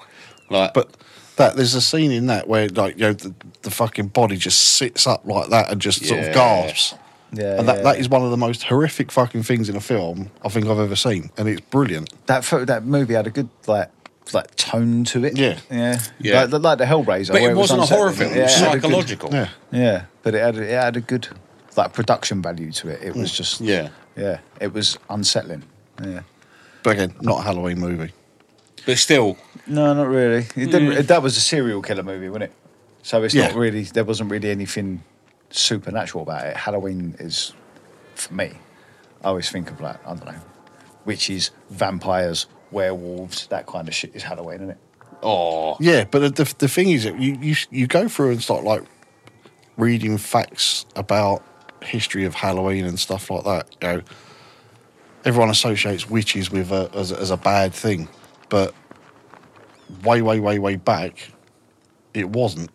Like, But that there's a scene in that where like you know the, the fucking body just sits up like that and just sort Yeah. of gasps. yeah, and that, that is one of the most horrific fucking things in a film I think I've ever seen, and it's brilliant. that fo- that movie had a good like like tone to it. Yeah. yeah, Yeah. Like, like the Hellraiser, but where it wasn't a horror unsettling. film. It was Yeah, it had a good- psychological. Yeah, yeah, but it had it had a good like production value to it. It Mm. was just Yeah. yeah, it was unsettling. Yeah, but again, not a Halloween movie. But still, no, not really. It didn't. Mm. That was a serial killer movie, wasn't it? So it's not Yeah. really. There wasn't really anything supernatural about it. Halloween is for me. I always think of like I don't know, witches, vampires, werewolves, that kind of shit is Halloween, isn't it? oh, Yeah, but the the thing is, that you you you go through and start like reading facts about history of Halloween and stuff like that. You know, everyone associates witches with a, as as a bad thing, but way way way way back, it wasn't.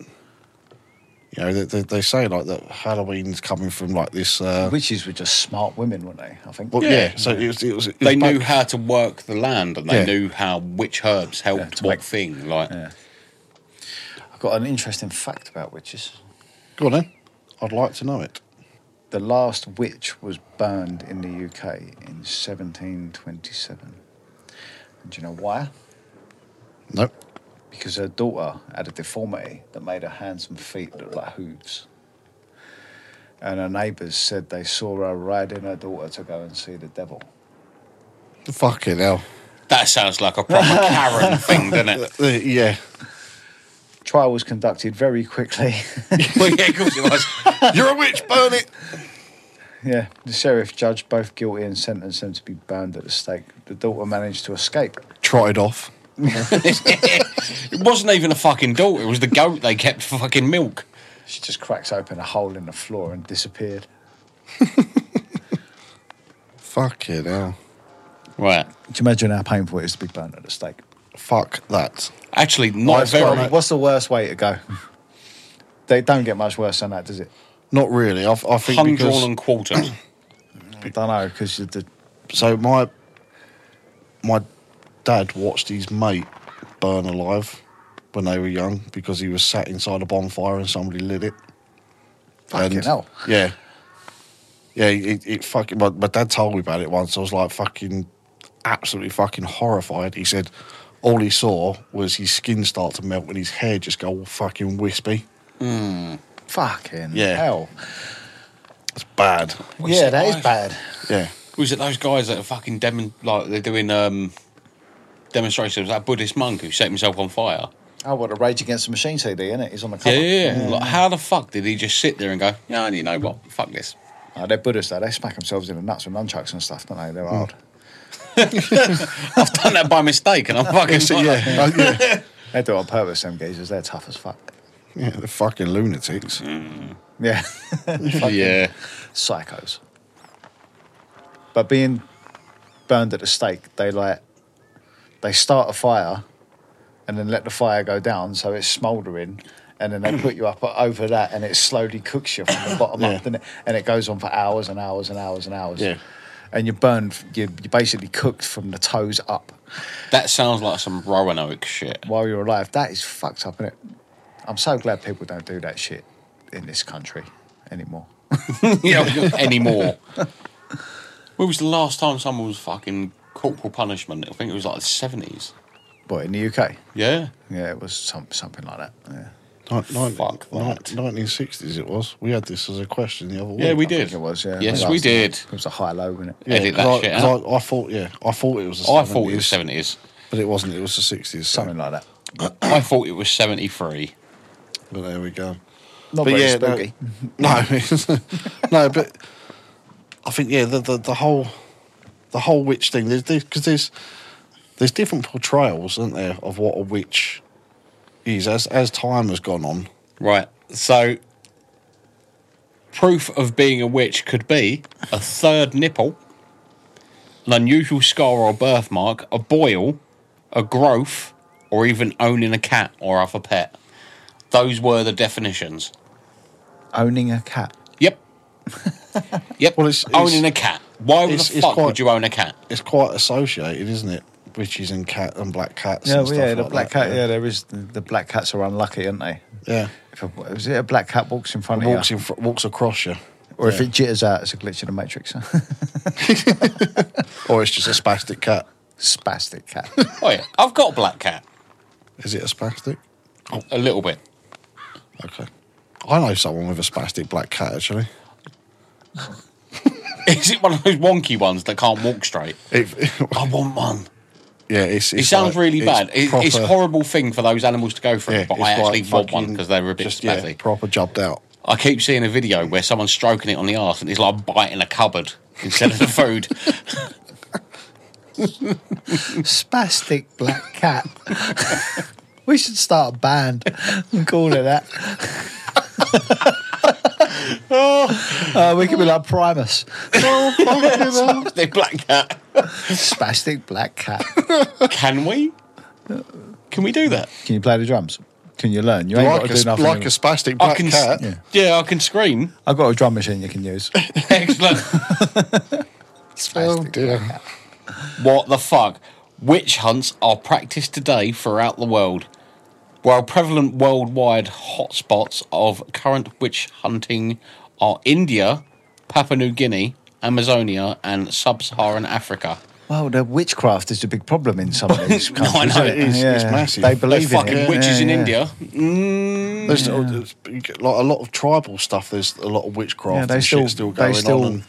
You know, they, they, they say like that Halloween's coming from like this. Uh, Witches were just smart women, weren't they? I think. well, yeah. Yeah. so it was it was. It was they knew back- how to work the land and they Yeah. knew how which herbs Yeah, helped to what make- thing. Like, Yeah. I've got an interesting fact about witches. Go on then. I'd like to know it. The last witch was burned in the UK in 1727. And do you know why? Nope. Because her daughter had a deformity that made her hands and feet look like hooves. and her neighbours said they saw her riding her daughter to go and see the devil. Fucking hell. That sounds like a proper Karen thing, doesn't it? Uh, yeah. Trial was conducted very quickly. well, yeah, of course it was. You're a witch, burn it. yeah, the sheriff judged both guilty and sentenced them to be burned at the stake. The daughter managed to escape. Trotted off. it wasn't even a fucking daughter. It was the goat they kept for fucking milk. She just cracks open a hole in the floor and disappeared. Fucking hell. Right. Do you imagine how painful it is to be burnt at the stake? Fuck that. Actually, not What's- very. what's the worst way to go? they don't get much worse than that, does it? Not really. I, I think Hung, because drawn, and quartered. I don't know because the so my my dad watched his mate burn alive when they were young because he was sat inside a bonfire and somebody lit it. Fucking hell. Yeah. Yeah, it, it fucking. My, my dad told me about it once. I was like fucking, absolutely fucking horrified. He said all he saw was his skin start to melt and his hair just go all fucking wispy. fucking Yeah. hell. It's bad. Wasted yeah, that is life. bad. Yeah. Was it those guys that are fucking demon like they're doing um demonstrations? That Buddhist monk who set himself on fire. Oh, what a Rage Against the Machine CD, innit? He's on the Yeah, cover. yeah, yeah. Like, how the fuck did he just sit there and go? Yeah, you know what? Fuck this. Oh, they're Buddhists though. They smack themselves in the nuts with nunchucks and stuff, don't they? They're hard. I've done that by mistake, and I'm fucking. So, yeah. uh, yeah. They do it on purpose. Them geezers, they're tough as fuck. Yeah, they're fucking lunatics. Yeah, yeah. psychos. But being burned at the stake, they like they start a fire and then let the fire go down, so it's smouldering. And then they put you up over that, and it slowly cooks you from the bottom Yeah. up, and it, and it goes on for hours and hours and hours and hours. Yeah. And you're burned. You're, you're basically cooked from the toes up That sounds like some Roanoke shit. while you're alive. That is fucked up, is it? I'm so glad people don't do that shit in this country anymore. yeah, anymore. When was the last time someone was fucking corporal punishment? I think it was like the seventies. But in the UK, Yeah. yeah, it was some, something like that. Yeah. Nin- nin- Fuck nin- that. 1960s it was. We had this as a question the other week. Yeah, we I did. think it was, yeah. Yes, That we was the- did. It was a high low, wasn't it? Yeah, Edit that 'cause I, shit 'cause out. I, I thought, yeah, I thought it was. The I thought it was 70s, seventies. but it wasn't. It was the sixties. Something like that. I thought it was seventy three. But there we go. but Not very yeah, no- spooky. No, it's- no, but I think yeah, the, the the whole the whole witch thing. There's because there's there's different portrayals, aren't there, of what a witch is as as time has gone on. Right. So proof of being a witch could be a third nipple, an unusual scar or birthmark, a boil, a growth, or even owning a cat or other pet. Those were the definitions. Owning a cat. Yep. yep. Well, it's- owning it's- a cat. Why the it's- it's fuck quite- would you own a cat? It's quite associated, isn't it? Witches and cat and black cats. Yeah, and well, stuff yeah, the like black that, cat. Yeah, there is the, the black cats are unlucky, aren't they? yeah. If a, is it a black cat walks in front of Walks you, in, fr- walks across you, or if Yeah. it jitters out, it's a glitch in the matrix. or it's just a spastic cat. Spastic cat. Oh yeah. I've got a black cat. Is it a spastic? Oh. A little bit. Okay, I know someone with a spastic black cat actually. Is it one of those wonky ones that can't walk straight? It, I want one. Yeah, it's, It it's sounds like- really bad. It- it's a proper- horrible thing for those animals to go through, yeah, but it's I actually like want one fucking because they were a bit just, yeah, spazzy. proper jubbed out. I keep seeing a video where someone's stroking it on the arse and it's like biting a cupboard instead of the food. Spastic black cat. we should start a band and call it that. uh, we could be like Primus. Oh, the black cat. Spastic black cat. Can we? Can we do that? Can you play the drums? Can you learn? You ain't Like got a, to do nothing. like a spastic I black can. cat. Yeah. I can scream. I've got a drum machine you can use. Excellent. Oh Spastic black dear. cat. What the fuck? Witch hunts are practiced today throughout the world. While prevalent worldwide hotspots of current witch hunting are India, Papua New Guinea, Amazonia, and sub Saharan Africa. Well, the witchcraft is a big problem in some of these I countries. know. isn't It is. It's massive. They They believe Those in fucking it. witches Yeah, in yeah. India. Mm. There's still- there's big- like a lot of tribal stuff. There's a lot of witchcraft. Yeah, they and still- shit still they going still- on. And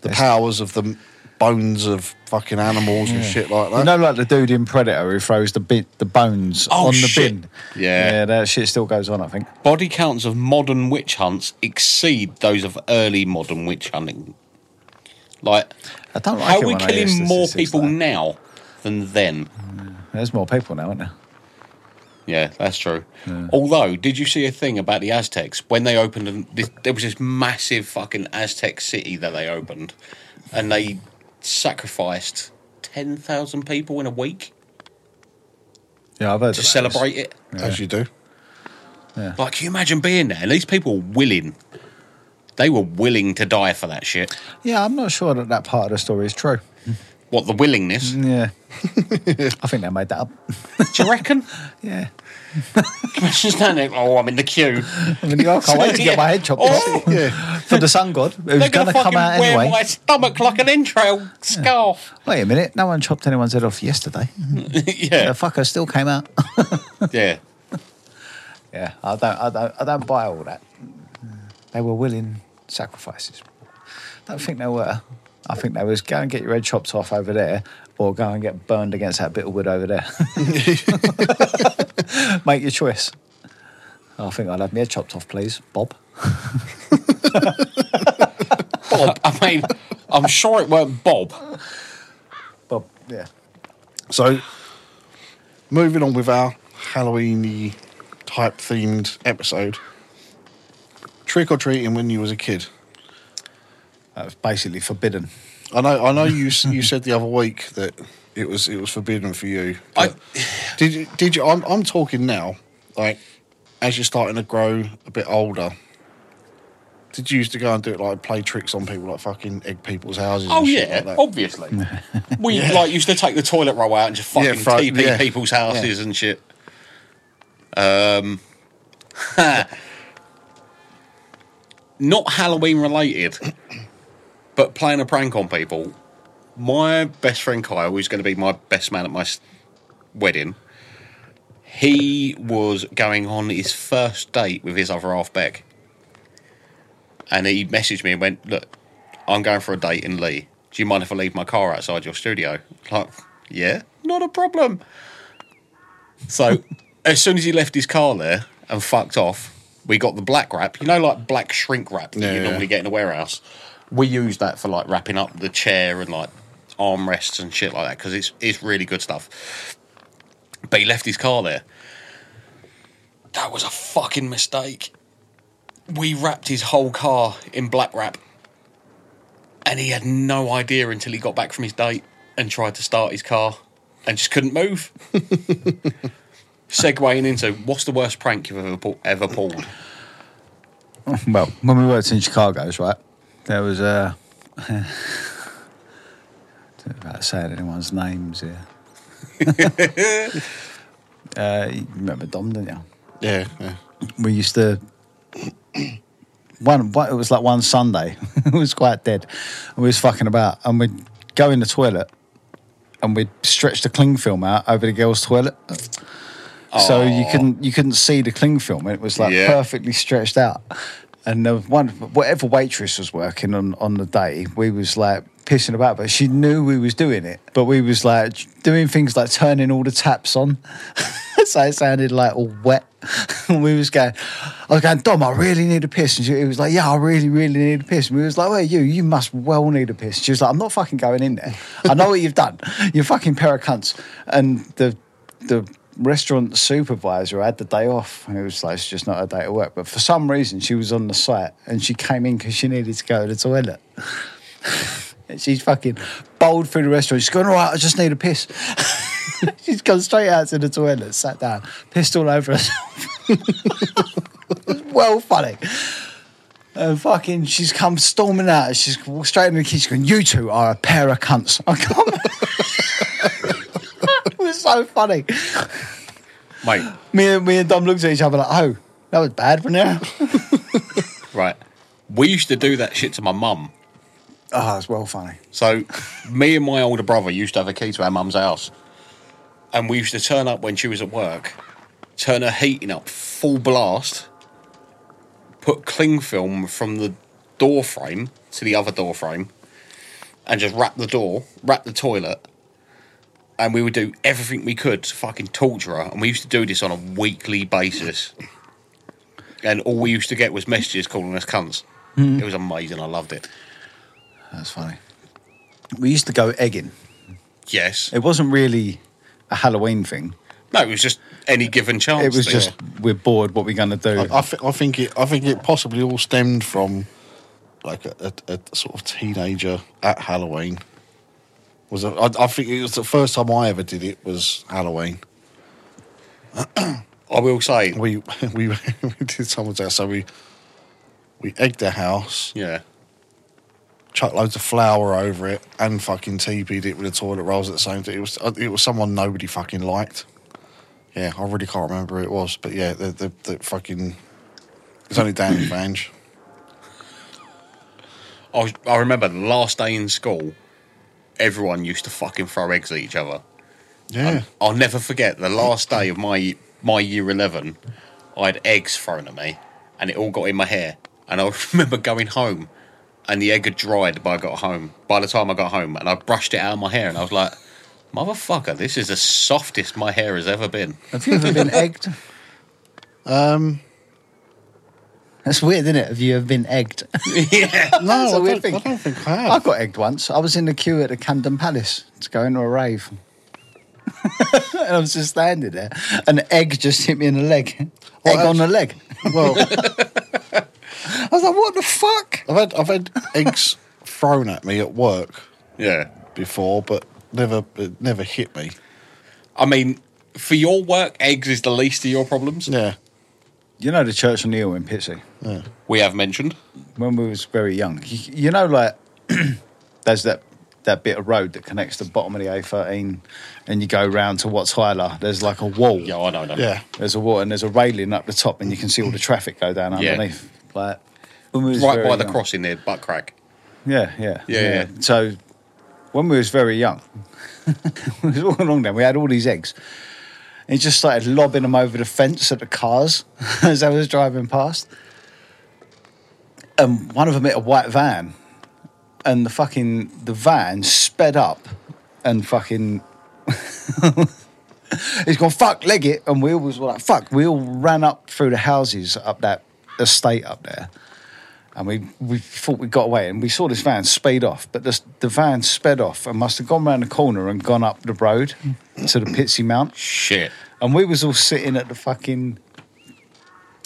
the they- powers of the m- bones of fucking animals and shit like that. You know, like the dude in Predator who throws the bin, the bones Oh, on the shit. bin. Yeah. yeah, that shit still goes on. I think. Body counts of modern witch hunts exceed those of early modern witch hunting. Like, I don't like how it are we when I hear killing more statistics people like that. now than then? There's more people now, aren't there? Yeah, that's true. Although, did you see a thing about the Aztecs when they opened? An, this, there was this massive fucking Aztec city that they opened, and they sacrificed ten thousand people in a week Yeah, I've heard to about celebrate it. As you do. Like, can you imagine being there? And these people were willing. They were willing to die for that shit. this. Yeah, I'm not sure that that part of the story is true. What the willingness? Yeah, I think they made that up. Do you reckon? Yeah, Imagine standing there, oh, I'm in the queue. I mean, I can't wait to get my head chopped Oh, Yeah. for the sun god who's they're going to gonna fucking come out wear anyway. my stomach like an entrail scarf. Wait a minute, no one chopped anyone's head off yesterday. The yeah, fucker still came out. yeah. yeah, I don't, I don't, I don't buy all that. Mm. They were willing sacrifices. Don't think they were. I think they was go and get your head chopped off over there, or go and get burned against that bit of wood over there. Make your choice. I think I'd have my head chopped off, please, Bob. Bob. I mean, I'm sure it weren't Bob. Bob, yeah. So, moving on with our Halloweeny type themed episode. Trick or treating when you was a kid. That was basically forbidden. I know. I know. You s- you said the other week that it was it was forbidden for you. I- but did you- did you? I'm I'm talking now. Like as you're starting to grow a bit older. Did you used to go and do it like play tricks on people, like fucking egg people's houses? and Oh shit yeah, like that? obviously. We like used to take the toilet roll out and just fucking Yeah, fro- TP yeah. Um, people's houses and shit. Um, not Halloween related, but playing a prank on people. My best friend Kyle, who's going to be my best man at my s- wedding, he was going on his first date with his other half back. And he messaged me and went, Look, I'm going for a date in Lee. Do you mind if I leave my car outside your studio? Like, yeah, not a problem. So, as soon as he left his car there and fucked off, we got the black wrap, you know, like black shrink wrap that Yeah, you yeah. normally get in a warehouse. We use that for like wrapping up the chair and like armrests and shit like that because it's, it's really good stuff. But he left his car there. That was a fucking mistake. We wrapped his whole car in black wrap. And he had no idea until he got back from his date and tried to start his car and just couldn't move. Segueing into what's the worst prank you've ever pu- ever pulled? Well, when we worked in Chicago's, right, there was a. Don't know about saying anyone's names here. uh, you remember Dom, didn't you? yeah, yeah. we used to one, one it was like one Sunday. it was quite dead. And we was fucking about and we'd go in the toilet and we'd stretch the cling film out over the girls' toilet. So you couldn't you couldn't see the cling film. It was like Yeah. perfectly stretched out. And the one whatever waitress was working on, on the day, we was like pissing about, but she knew we was doing it. But we was like doing things like turning all the taps on. so it sounded like all wet. and we was going, I was going, Dom, I really need a piss. And she it was like, Yeah, I really, really need a piss. And we was like, Wait, you, you must well need a piss. She was like, I'm not fucking going in there. I know what you've done. You're fucking pair of cunts. And the the restaurant supervisor had the day off and it was like it's just not a day at work. But for some reason she was on the site and she came in because she needed to go to the toilet. And she's fucking bowled through the restaurant. She's going, all right, I just need a piss. she's gone straight out to the toilet, sat down, pissed all over herself. It was well funny. And fucking, she's come storming out. and She's walked straight in the kitchen going, you two are a pair of cunts. I can't. it was so funny. Mate, Me and, me and Dom looked at each other like, oh, that was bad for now. right. We used to do that shit to my mum. oh, it's well funny. So, me and my older brother used to have a key to our mum's house. And we used to turn up when she was at work, turn her heating up full blast, cling film from the door frame to the other door frame and just wrap the door, wrap the toilet, and we would do everything we could to fucking torture her. And we used to do this on a weekly basis. And all we used to get was messages calling us cunts. It was amazing. I loved it. That's funny. We used to go egging. Yes. It wasn't really a Halloween thing. No, it was just any given chance. It was that- just we're bored. What we gonna do? I, I, thi- I think it. I think it possibly all stemmed from like a, a, a sort of teenager at Halloween. Was a, I, I think it was the first time I ever did it was Halloween. I will say, We we, we did someone's house, so we we egged the house, yeah. chucked loads of flour over it, and fucking TP'd it with the toilet rolls at the same time. It was uh, it was someone nobody fucking liked. Yeah, I really can't remember who it was, but yeah, the the, the fucking it's only Dan and Vange. I, was, I remember the last day in school, everyone used to fucking throw eggs at each other. Yeah. I'll never forget the last day of my my year eleven. I had eggs thrown at me, and it all got in my hair. And I remember going home, and the egg had dried by I got home. By the time I got home, and I brushed it out of my hair, and I was like, "Motherfucker, this is the softest my hair has ever been." Have you ever been egged? Um. That's weird, isn't it? Have you ever been egged? yeah, No, That's a I, weird don't, I thing. don't think I I have. got egged once. I was in the queue at the Camden Palace to go into a rave. and I was just standing there. An egg just hit me in the leg. What egg else? on the leg. well, I was like, what the fuck? I've had I've had eggs thrown at me at work yeah. before, but never it never hit me. I mean, for your work, eggs is the least of your problems. Yeah, You know the church on the hill in Pitsy? yeah. We have mentioned. When we was very young. You, you know, like, there's that, that bit of road that connects the bottom of the A13 and you go round to what's Tyler. There's like a wall. Yeah, I know. I know. Yeah. There's a wall and there's a railing up the top and you can see all the traffic go down Yeah. underneath. Like, when we was Right very by the young. crossing there, butt crack. Yeah, yeah, Yeah, yeah. So when we was very young, we was all along there. We had all these eggs. And he just started lobbing them over the fence at the cars as I was driving past. And one of them hit a white van, and the fucking the van sped up, and fucking. He's gone fuck leg it, and we all was like fuck. We all ran up through the houses up that estate up there, and we, we thought we got away and we saw this van speed off but this, the van sped off and must have gone round the corner and gone up the road to the pitsy mount Shit. and we was all sitting at the fucking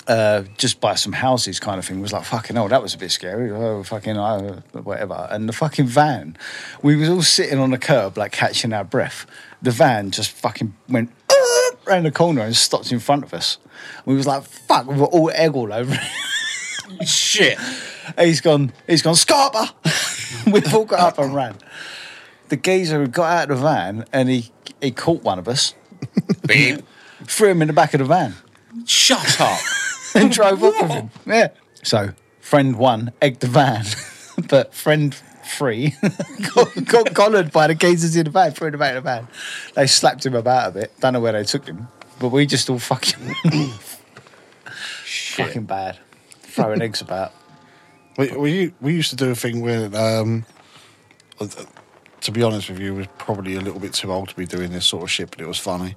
uh, just by some houses kind of thing. We was like, fucking hell, that was a bit scary. Oh, fucking, uh, whatever. And the fucking van, we was all sitting on the curb, like catching our breath. The van just fucking went round the corner and stopped in front of us. We was like, fuck, we were all egg all over it. Shit. He's gone. He's gone. Scarpa. We've all got up and ran. The geezer had got out of the van and he he caught one of us, Beep. threw him in the back of the van, Shut up. and drove off with him. Yeah. So friend one egged the van, but friend three got, got collared by the geezers in the van, threw him in the back of the van. They slapped him about a bit. Don't know where they took him, but we just all fucking Shit. fucking bad, throwing eggs about. We we we used to do a thing where, um, to be honest with you, was probably a little bit too old to be doing this sort of shit, but it was funny.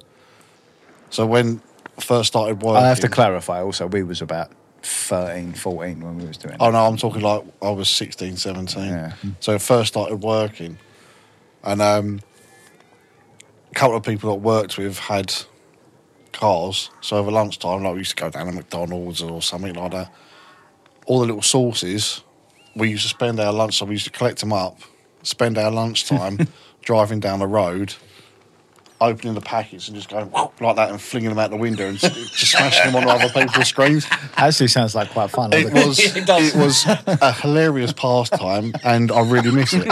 So when I first started working, I have to clarify also, we was about 13, 14 when we was doing it. Oh no, I'm talking like I was 16, 17. Yeah. So I first started working, and um, a couple of people that I worked with had cars. So over lunchtime, like we used to go down to McDonald's or something like that. All the little sauces, we used to spend our lunchtime. We used to collect them up, spend our lunchtime driving down the road. Opening the packets and just going like that and flinging them out the window and just smashing them onto other people's screens. Actually sounds like quite fun. It was it, was a hilarious pastime, and I really miss it.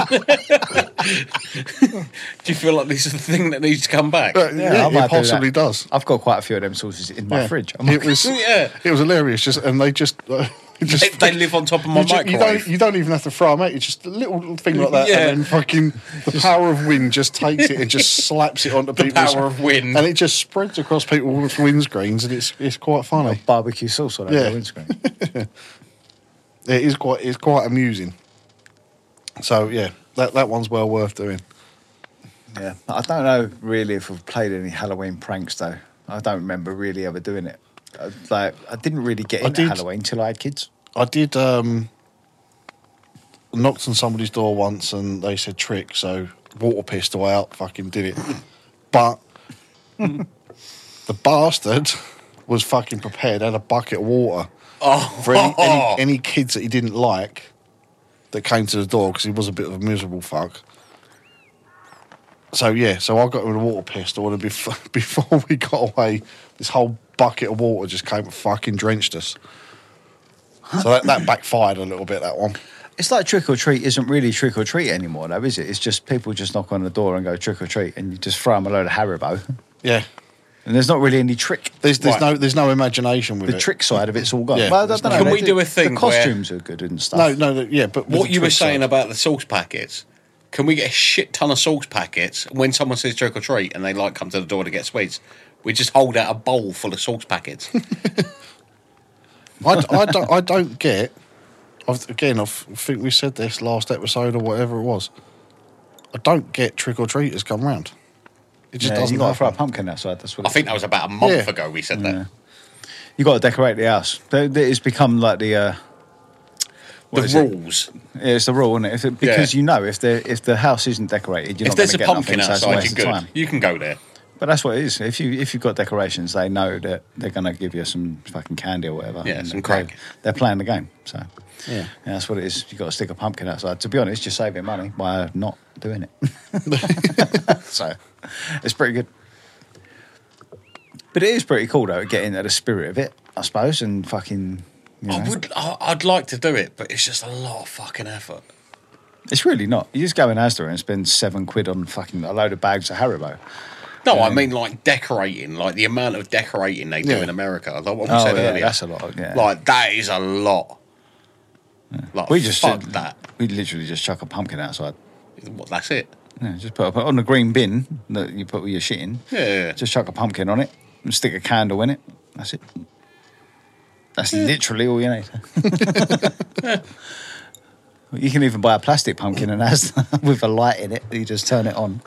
Do you feel like this is the thing that needs to come back? But Yeah, I yeah, might do it possibly that. does. I've got quite a few of them sauces in my Yeah. fridge. I'm It like, was oh Yeah. it was hilarious. Just and they just they they, just they live on top of my you, ju- you microwave. don't you don't even have to throw them out. It's just a little thing like that, Yeah. and then fucking the power of wind just takes it and just slaps it onto people. power of wind. and it just spreads across people's windscreens, and it's it's quite funny. barbecue sauce on Yeah. the windscreen. It is quite it's quite amusing. So yeah, that that one's well worth doing. Yeah, I don't know really if I've played any Halloween pranks though. I don't remember really ever doing it. I- Like I didn't really get I into did- Halloween till I had kids. I did um knocked on somebody's door once and they said trick, so water pissed away out, fucking did it. But the bastard was fucking prepared, had a bucket of water Oh, for any, any, any kids that he didn't like that came to the door because he was a bit of a miserable fuck. So yeah, so I got him with a water pistol, and before, before we got away, this whole bucket of water just came and fucking drenched us. So that, that backfired a little bit. That one. It's like trick or treat isn't really trick or treat anymore though, is it? It's just people just knock on the door and go trick or treat, and you just throw them a load of Haribo, Yeah. and there's not really any trick. There's there's Right. no there's no imagination with The it. trick side of it's all gone. Yeah. Well, I don't know, Can they we do a thing The where- costumes are good and stuff. No, no, no, yeah. But with what the you were trick saying side. about the sauce packets. Can we get a shit ton of sauce packets when someone says trick or treat and they like come to the door to get sweets? We just hold out a bowl full of sauce packets. I, I don't I don't get. I've, again, I think we said this last episode or whatever it was. I don't get trick or treaters come round. It just yeah, doesn't you got to throw a happen. pumpkin outside. That's what I it think is. that was about a month Yeah. ago we said Yeah. that. You got to decorate the house. Th- th- It's become like the uh, what is the it? rules. Yeah, it's the rule, isn't it? If it because Yeah. you know, if the if the house isn't decorated, you're If not going there's to a get pumpkin nothing, so it's a outside, waste you're good. of time. You can go there. But that's what it is. If you if you've got decorations, they know that they're going to give you some fucking candy or whatever. Yeah, and some they- crack. They're playing the game, so Yeah. that's what it is. You've got to stick a pumpkin outside. To be honest, you're saving money by not doing it. so it's pretty good. But it is pretty cool though. to Get into the spirit of it, I suppose, and fucking. You know, I would. I, I'd like to do it, but it's just a lot of fucking effort. It's really not. You just go in Asda and spend seven quid on fucking a load of bags of Haribo. No, I Yeah. mean like decorating, like the amount of decorating they do Yeah. in America. Like what we Oh, said yeah, earlier, that's a lot. Yeah. Like that is a lot. Like we just fuck that. We literally just chuck a pumpkin outside. Well, that's it. Yeah, just put, put on the green bin that you put all your shit in. Yeah, yeah, yeah. Just chuck a pumpkin on it and stick a candle in it. That's it. That's literally all you need. you can even buy a plastic pumpkin and has with a light in it. You just turn it on,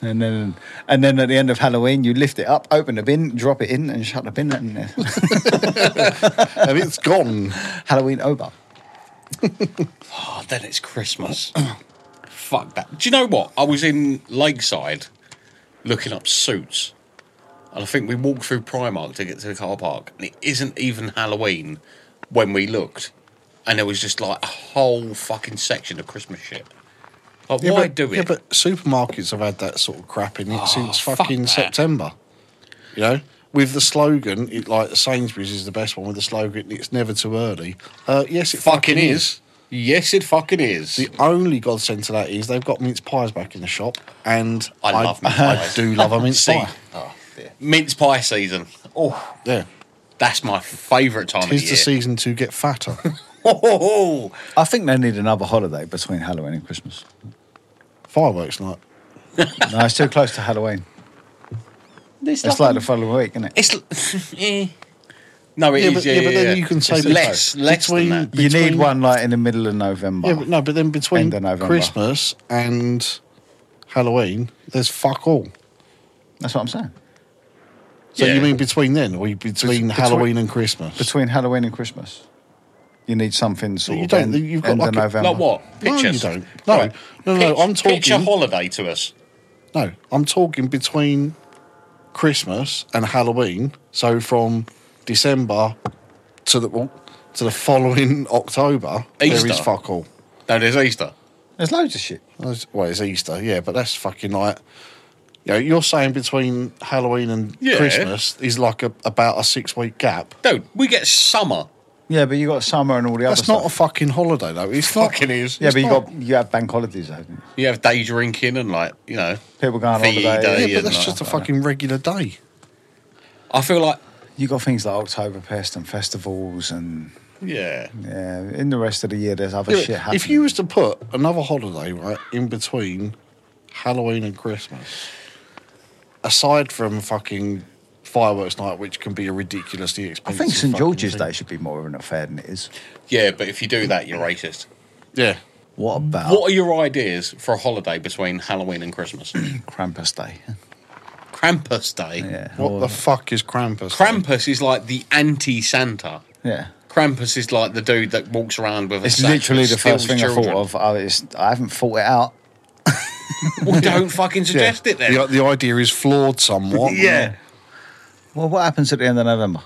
and then and then at the end of Halloween, you lift it up, open the bin, drop it in, and shut the bin. And uh, and it's gone. Halloween over. Oh, then it's Christmas. Fuck that. Do you know what? I was in Lakeside looking up suits. And I think we walked through Primark to get to the car park. And it isn't even Halloween when we looked. And there was just like a whole fucking section of Christmas shit. Like, why but, do it? Oh, Yeah, but supermarkets have had that sort of crap in it since fuck fucking that. September. You know, with the slogan, it, like Sainsbury's is the best one with the slogan, it's never too early. Uh, yes, it fucking is. Yes, it fucking is. The only godsend to that is they've got mince pies back in the shop, and I love mince I pies. do love a mince See? pie. Oh, dear. mince pie season. Oh, Yeah, that's my favourite time of tis year. the season to get fatter. Oh, I think they need another holiday between Halloween and Christmas. Fireworks night. No, it's too close to Halloween. It's It's like the following week, isn't it? It's l- eh. no, it Yeah, is. but- yeah, yeah, but then yeah. you can say It's between- less, less between- than that. You need Between- one like in the middle of November. Yeah, but no, but then between End of November. Christmas and Halloween, there's fuck all. That's what I'm saying. So Yeah. you mean between then, or you between, between- Halloween and Christmas? Between Halloween and Christmas, you need something sort you of don't. end, You've got end like of a- November. Like what? No, you Pictures? don't. No. No, no, I'm Picture talking- holiday to us. no, I'm talking between Christmas and Halloween. So from December to the well, to the following October, Easter. there is fuck all. No, there's Easter. There's loads of shit. That's- Well, it's Easter, yeah, but that's fucking like. You know, you're saying between Halloween and Yeah. Christmas is like a, about a six week gap. Dude, we get summer. Yeah, but you got summer and all the That's other not a stuff. fucking holiday though. It's not- Fucking is. yeah, it's but you not- got you have bank holidays. Though, haven't you? You have day drinking and like you know. People go on VE holiday. day Yeah, Yeah, but and that's like just a that. fucking regular day. I feel like You got things like Oktoberfest and festivals, and yeah. yeah, in the rest of the year there's other Yeah, shit happening. if you was to put another holiday right in between Halloween and Christmas, aside from fucking fireworks night, which can be a ridiculously I expensive. think St fucking George's thing. Day should be more of an affair than it is. Yeah, but if you do that, you're racist. Yeah, What about What are your ideas for a holiday between Halloween and Christmas? Krampus Day? Krampus Day. Yeah. what or- the fuck is Krampus? Krampus is like the anti Santa. Yeah. Krampus is like the dude that walks around with a It's sack literally that the first thing steals I children. thought of. I, it's, I haven't thought it out. Well, don't fucking Yeah. suggest it then. The, the idea is flawed somewhat. yeah. Well, what happens at the end of November?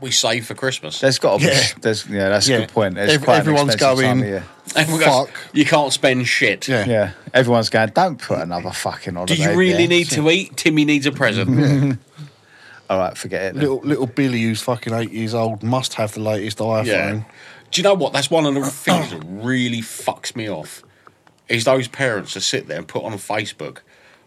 We save for Christmas. There's got to be. Yeah. There's, yeah, that's a Yeah. good point. It's Ev- quite an everyone's expensive time going- of year. Everyone goes, Fuck. you can't spend shit. Yeah. Yeah, everyone's going. Don't put another fucking Do holiday. you really there." need to eat? Timmy needs a present. All right, forget it. then. Little little Billy, who's fucking eight years old, must have the latest iPhone. yeah. Do you know what? That's one of the things that really fucks me off. Is those parents that sit there and put on Facebook,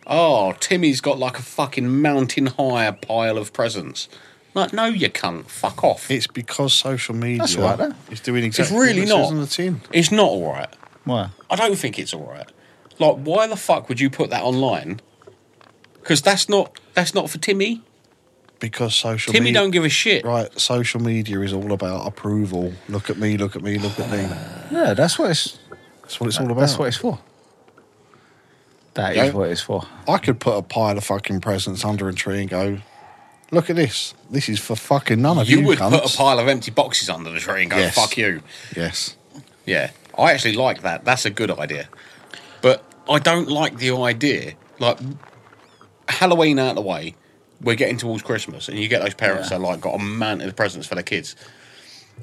oh, Timmy's got like a fucking mountain high pile of presents. Like, no, you cunt. Fuck off. It's because social media That's all right, though. is doing exactly really what it says not. on the tin. It's not all right. Why? I don't think it's all right. Like, why the fuck would you put that online? Because that's not that's not for Timmy. Because social Timmy media. don't give a shit. Right, social media is all about approval. Look at me, look at me, look at me. Yeah, that's what it's. That's what it's all about. That's what it's for. That is Yeah. what it's for. I could put a pile of fucking presents under a tree and go, look at this. This is for fucking none of you. You, would put cunts." a pile of empty boxes under the tree and go, Yes. "Fuck you." Yes. Yeah, I actually like that. That's a good idea. But I don't like the idea. Like Halloween out of the way, we're getting towards Christmas, and you get those parents that like got a mountain of presents for their kids.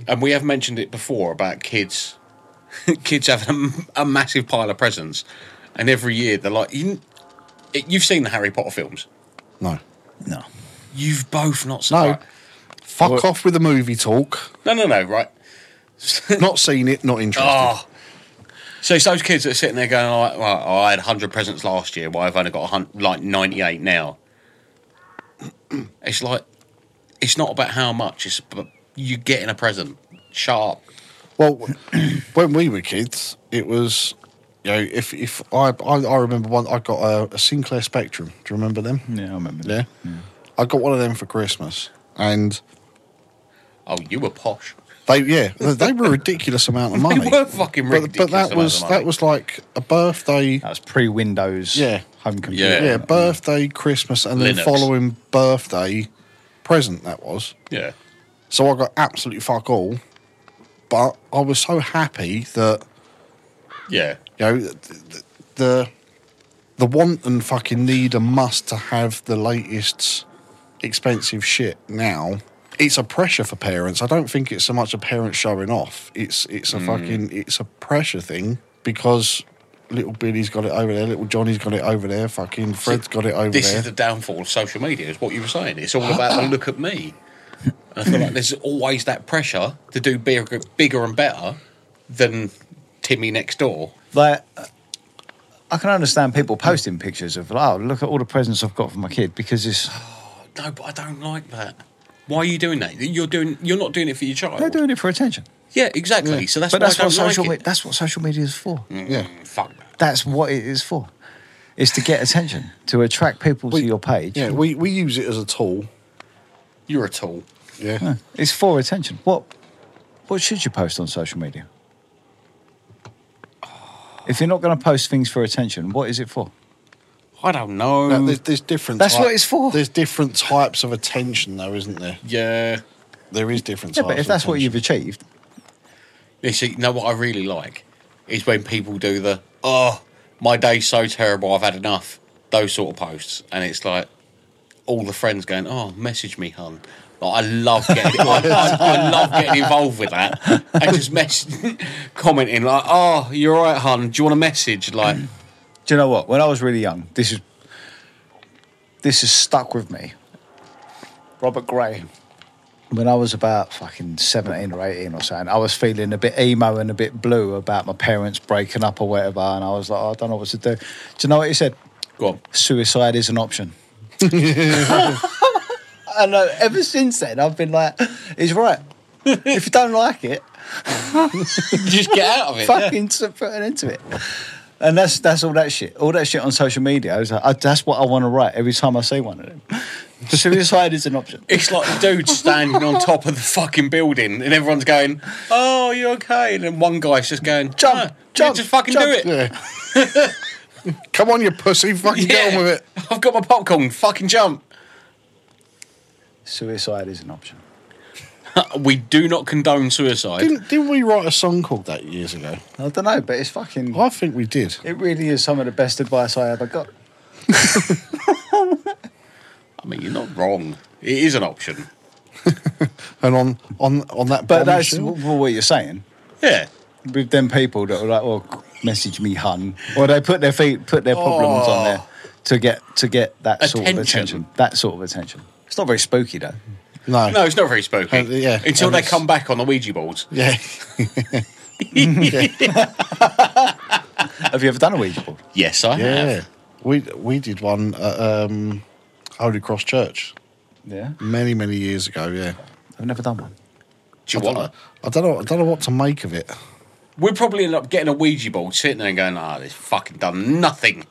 And we have mentioned it before about kids, kids having a, a massive pile of presents, and every year they're like, you, "You've seen the Harry Potter films? No. No. You've both not seen." No. Fuck Well- off with the movie talk. no, no, no, right? Not seen it, not interested. Oh. So it's those kids that are sitting there going, like, well, I had 100 presents last year. Why I've only got a hun- like 98 now? It's like, it's not about how much. It's about you getting a present. Sharp. Well, when we were kids, it was, you know, if, if I, I, I remember one, I got a, a Sinclair Spectrum. Do you remember them? Yeah, I remember. Yeah. That. I got one of them for Christmas. And Oh, you were posh. they, yeah, they, they were a ridiculous amount of money. were fucking But- But, ridiculous amount that of was, money. that was like a birthday. That was pre-Windows. Yeah. Home computer. Mm. Yeah. Yeah, birthday, Christmas, and then Linux. following birthday present that was. Yeah. So I got absolutely fuck all, but I was so happy that Yeah. you know the the, the want and fucking need and must to have the latest expensive shit now. It's a pressure for parents. I don't think it's so much a parent showing off. It's it's Hmm. a fucking it's a pressure thing because little Billy's got it over there, little Johnny's got it over there, fucking Fred's got it over This there. is the downfall of social media, is what you were saying. It's all about the look at me. And I feel like there's always that pressure to do bigger, bigger and better than Timmy next door. Like, I can understand people posting pictures of, oh, look at all the presents I've got for my kid because it's No, but I don't like that. Why are you doing that? You're doing. You're not doing it for your child. they're doing it for attention. yeah, exactly. So that's but why that's I what don't like social it. me- that's what social media is for. yeah. Mm, Fuck. that. That's what it is for. It's to get attention, to attract people We- to your page. Yeah, we, we use it as a tool. You're a tool. Yeah. It's for attention. What what should you post on social media? If you're not going to post things for attention, what is it for? I don't know. Now, there's, there's different. Mm. That's what it's for. There's different types of attention, though, isn't there? yeah. There is different. Yeah, types but if of that's what attention. you've achieved, You see, you know what I really like is when people do the "Oh, my day's so terrible. I've had enough." Those sort of posts, and it's like all the friends going, "Oh, message me, hun." Like, I love getting, I, I, I love getting involved with that and just mess, commenting like, "Oh, you're all right, hun. Do you want a message?" Like, do you know what? When I was really young, this is this has stuck with me. Robert Gray. When I was about fucking 17 or 18 or something, I was feeling a bit emo and a bit blue about my parents breaking up or whatever. And I was like, "Oh, I don't know what to do. Do you know what he said? go on. suicide is an option. and uh, ever since then, I've been like, he's right. if you don't like it, just get out of it. yeah. fucking s- put an end to it. And that's that's all that shit. All that shit on social media. I was like, I, that's what I want to write every time I see one of them. Suicide is an option. It's like the dude standing on top of the fucking building, and everyone's going, "Oh, you okay?" And then one guy's just going, Jump, "No, yeah, jump, just fucking jump." do it." Yeah. Come on, you pussy. Fucking get on with it. I've got my popcorn. Fucking jump. Suicide is an option. We do not condone suicide. Didn't, didn't we write a song called that years ago? I don't know, but it's fucking. I think we did. It really is some of the best advice I ever got. I mean, you're not wrong. It is an option. And on on on that. But that's bombshell- w- what you're saying. Yeah. with them people that are like, "Well, message me, hun," or they put their feet, put their problems Oh. on there to get to get that sort of Attention. attention. That sort of attention. It's not very spooky though. no. No, it's not very spooky. Uh, yeah. Until And they it's- come back on the Ouija boards. Yeah. Have you ever done a Ouija board? Yes, I Yeah. have. We we did one at um, Holy Cross Church Yeah, many many years ago. Yeah. I've never done one. Do you I want don't, to? I don't know. I don't know what to make of it. We'd probably end up getting a Ouija board, sitting there and going, ah, this fucking done nothing.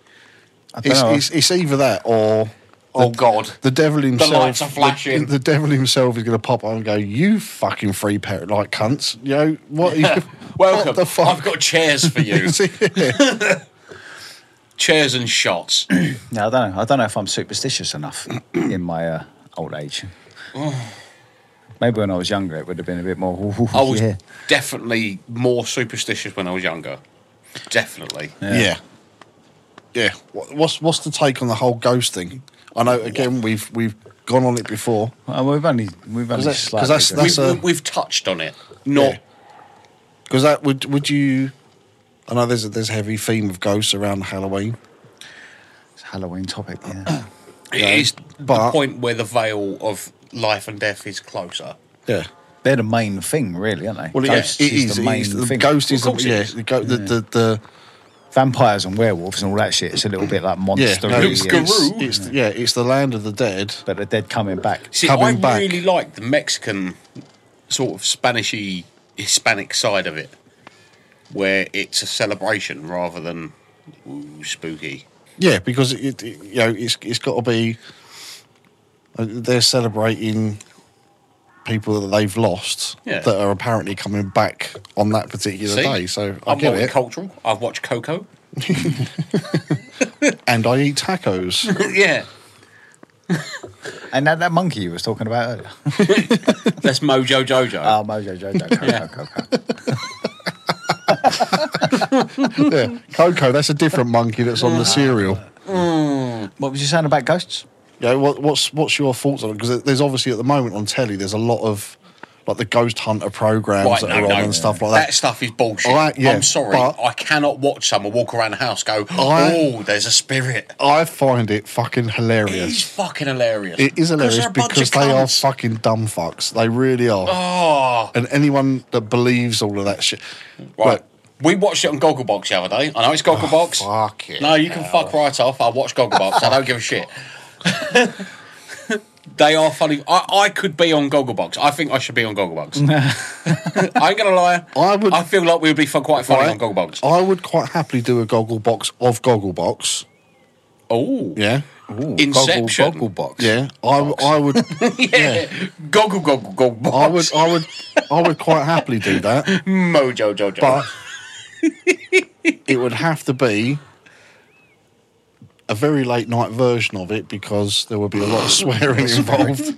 I don't It's, know. it's, it's either that or Oh, God. the devil himself. lights are flashing. The, the devil himself is going to pop up and go, "You fucking free parrot like cunts." You know what? are you- Welcome. What the fuck? I've got chairs for you. chairs and shots. yeah, I don't know. I don't know if I'm superstitious enough in my uh, old age. Maybe when I was younger, it would have been a bit more. "Ooh, I was yeah." definitely more superstitious when I was younger. Definitely. Yeah. yeah. Wha- What's what's the take on the whole ghost thing? I know again we've we've gone on it before. Well, we've only we've only that- 'cause slightly. that's- gone- that's- We've, a- we've touched on it. Not. Yeah. Because that would would you? I know there's a, there's a heavy theme of ghosts around Halloween. it's a Halloween topic. Yeah. It Yeah. is the But- point where the veil of life and death is closer. Yeah. They're the main thing, really, aren't they? Well, Ghosts yeah, it is. the it main is. The thing. ghost is. Of The, course it yeah. is. The, go- the, the, the vampires and werewolves and all that shit. It's a little bit like yeah. monster. no, Luke's it's, guru. it's, it's the- yeah. It's the land of the dead. but the dead coming back. See, I Coming back. really like the Mexican sort of Spanishy Hispanic side of it, where it's a celebration rather than ooh, spooky. Yeah, because it, it you know it's it's got to be. uh, They're celebrating people that they've lost Yeah. that are apparently coming back on that particular See? day. So I I'm get it, multicultural. I've watched Coco. and I eat tacos. yeah, And that, that monkey you was talking about earlier. that's Mojo Jojo. Uh, Oh, Mojo Jojo. Coco, Yeah. Coco. yeah. Coco, that's a different monkey that's on the cereal. What was you saying about ghosts? Yeah, what, what's what's your thoughts on it? Because there's obviously at the moment on telly, there's a lot of like the ghost hunter programs Right, that no, are on no. and stuff like that. stuff is bullshit. I- yeah, I'm sorry, but- I cannot watch someone walk around the house go, I- "Oh, there's a spirit." I find it fucking hilarious. It's fucking hilarious. It is hilarious they're a bunch because of they are cunts. fucking dumb fucks. They really are. Oh, And anyone that believes all of that shit, Right. We watched it on Gogglebox the other day. I know it's Gogglebox. Oh, fuck it. No, you can fuck right off. I watch Gogglebox. I don't give a shit. they are funny. I, I could be on Gogglebox. I think I should be on Gogglebox. I ain't gonna lie. I would- I feel like we would be fu- quite funny Right. on Gogglebox. I would quite happily do a goggle box of goggle box. Oh, Yeah, Ooh, Inception. Goggle, goggle box. yeah. I, w- I would. yeah. Goggle Goggle Gogglebox. I would. I would. I would quite happily do that, Mojo Jojo. but it would have to be a very late night version of it because there would be a lot of swearing involved.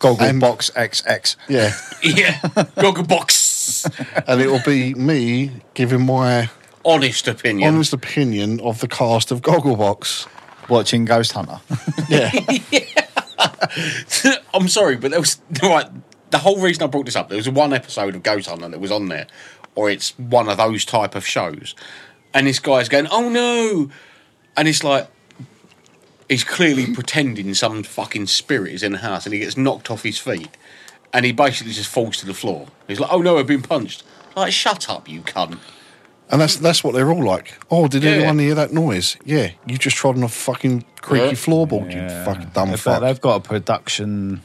Goggle And- box XX. Yeah, yeah, Gogglebox. and it will be me giving my Honest opinion. honest opinion of the cast of Gogglebox. Watching Ghost Hunter. Yeah, I'm sorry, but there was right. The whole reason I brought this up, there was one episode of Ghost Hunter that was on there, or it's one of those type of shows, and this guy's going, "Oh no," and it's like he's clearly pretending some fucking spirit is in the house, and he gets knocked off his feet, and he basically just falls to the floor. He's like, "Oh no, I've been punched." Like, shut up, you cunt. and that's that's what they're all like. Oh, did Yeah. anyone hear that noise? Yeah, you just trod on a fucking creaky Yeah. floorboard, you fucking dumb But fuck. They've got a production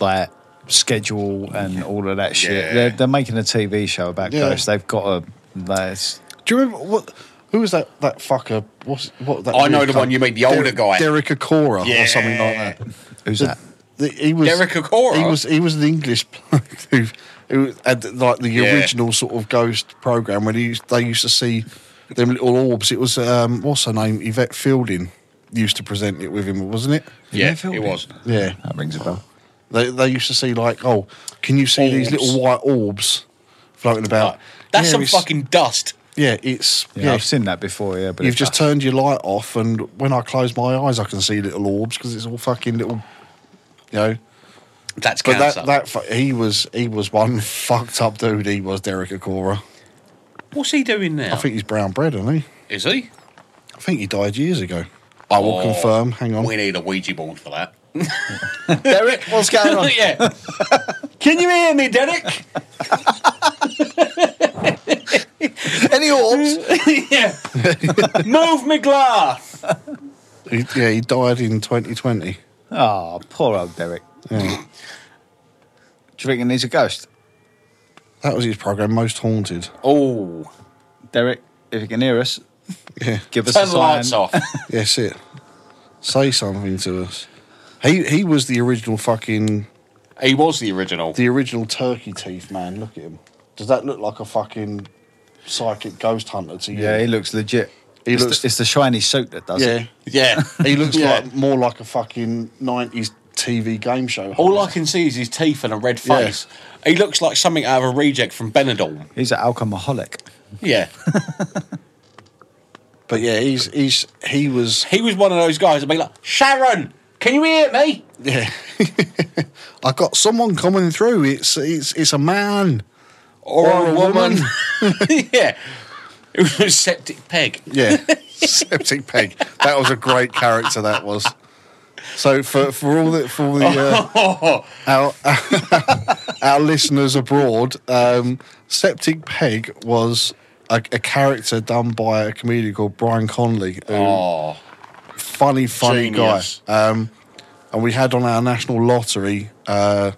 like schedule and all of that shit. Yeah. They're, they're making a TV show about Yeah. ghosts. They've got a. That's Do you remember what? Who was that? That fucker? What's what? That I know weird the cunt? one you mean, the older guy. Derek Acora Yeah. or something like that. Who's The- that? the- he was Derek Acora? He was he was an English bloke who, who had like the Yeah. original sort of ghost program when he used, they used to see them little orbs. It was um, what's her name? Yvette Fielding used to present it with him, wasn't it? yeah, Mayfield? it was. Yeah, That rings a bell. they they used to see like oh, can you see these Orbs. little white orbs floating about? Oh. That's Yeah, some it's- fucking dust. yeah. It's Yeah, yeah. I've seen that before. Yeah, but You've it- just turned your light off, and when I close my eyes, I can see little orbs because it's all fucking little, you know. That's But cancer. that that fu- he was he was one fucked up dude. He was Derek Acora. What's he doing now? I think he's brown bread, isn't he? Is he? Oh. I think he died years ago. I will confirm. Hang on. We need a Ouija board for that. Derek, what's going on? yeah. Can you hear me, Derek? Any orbs? yeah. Move me glass. He- yeah, he died in 2020. Oh, poor old Derek. Yeah. Do you reckon he's a ghost? That was his program, Most Haunted. Oh, Derek, if you can hear us, Yeah, give us turn a the sign. lights off. yes, it. Say something to us. He he was the original fucking he was the original. the original turkey teeth man. Look at him. Does that look like a fucking psychic ghost hunter to you? Yeah, he looks legit. He it's, looks- the, it's the shiny suit that does yeah. it. yeah. He looks Yeah. like more like a fucking nineties TV game show. All I host. can see is his teeth and a red face. He looks like something out of a reject from Benidorm. He's an alcoholic. Yeah. but yeah, he's he's he was he was one of those guys that'd be like, Sharon, can you hear me? yeah. I got someone coming through. It's it's it's a man Or, a woman. yeah. It was a septic peg. yeah, septic peg. That was a great character. That was. So for for all the for all the uh, our our listeners abroad, um, septic peg was. A, a character done by a comedian called Brian Conley, who Oh. funny, funny Genius. guy. Um, and we had on our national lottery uh,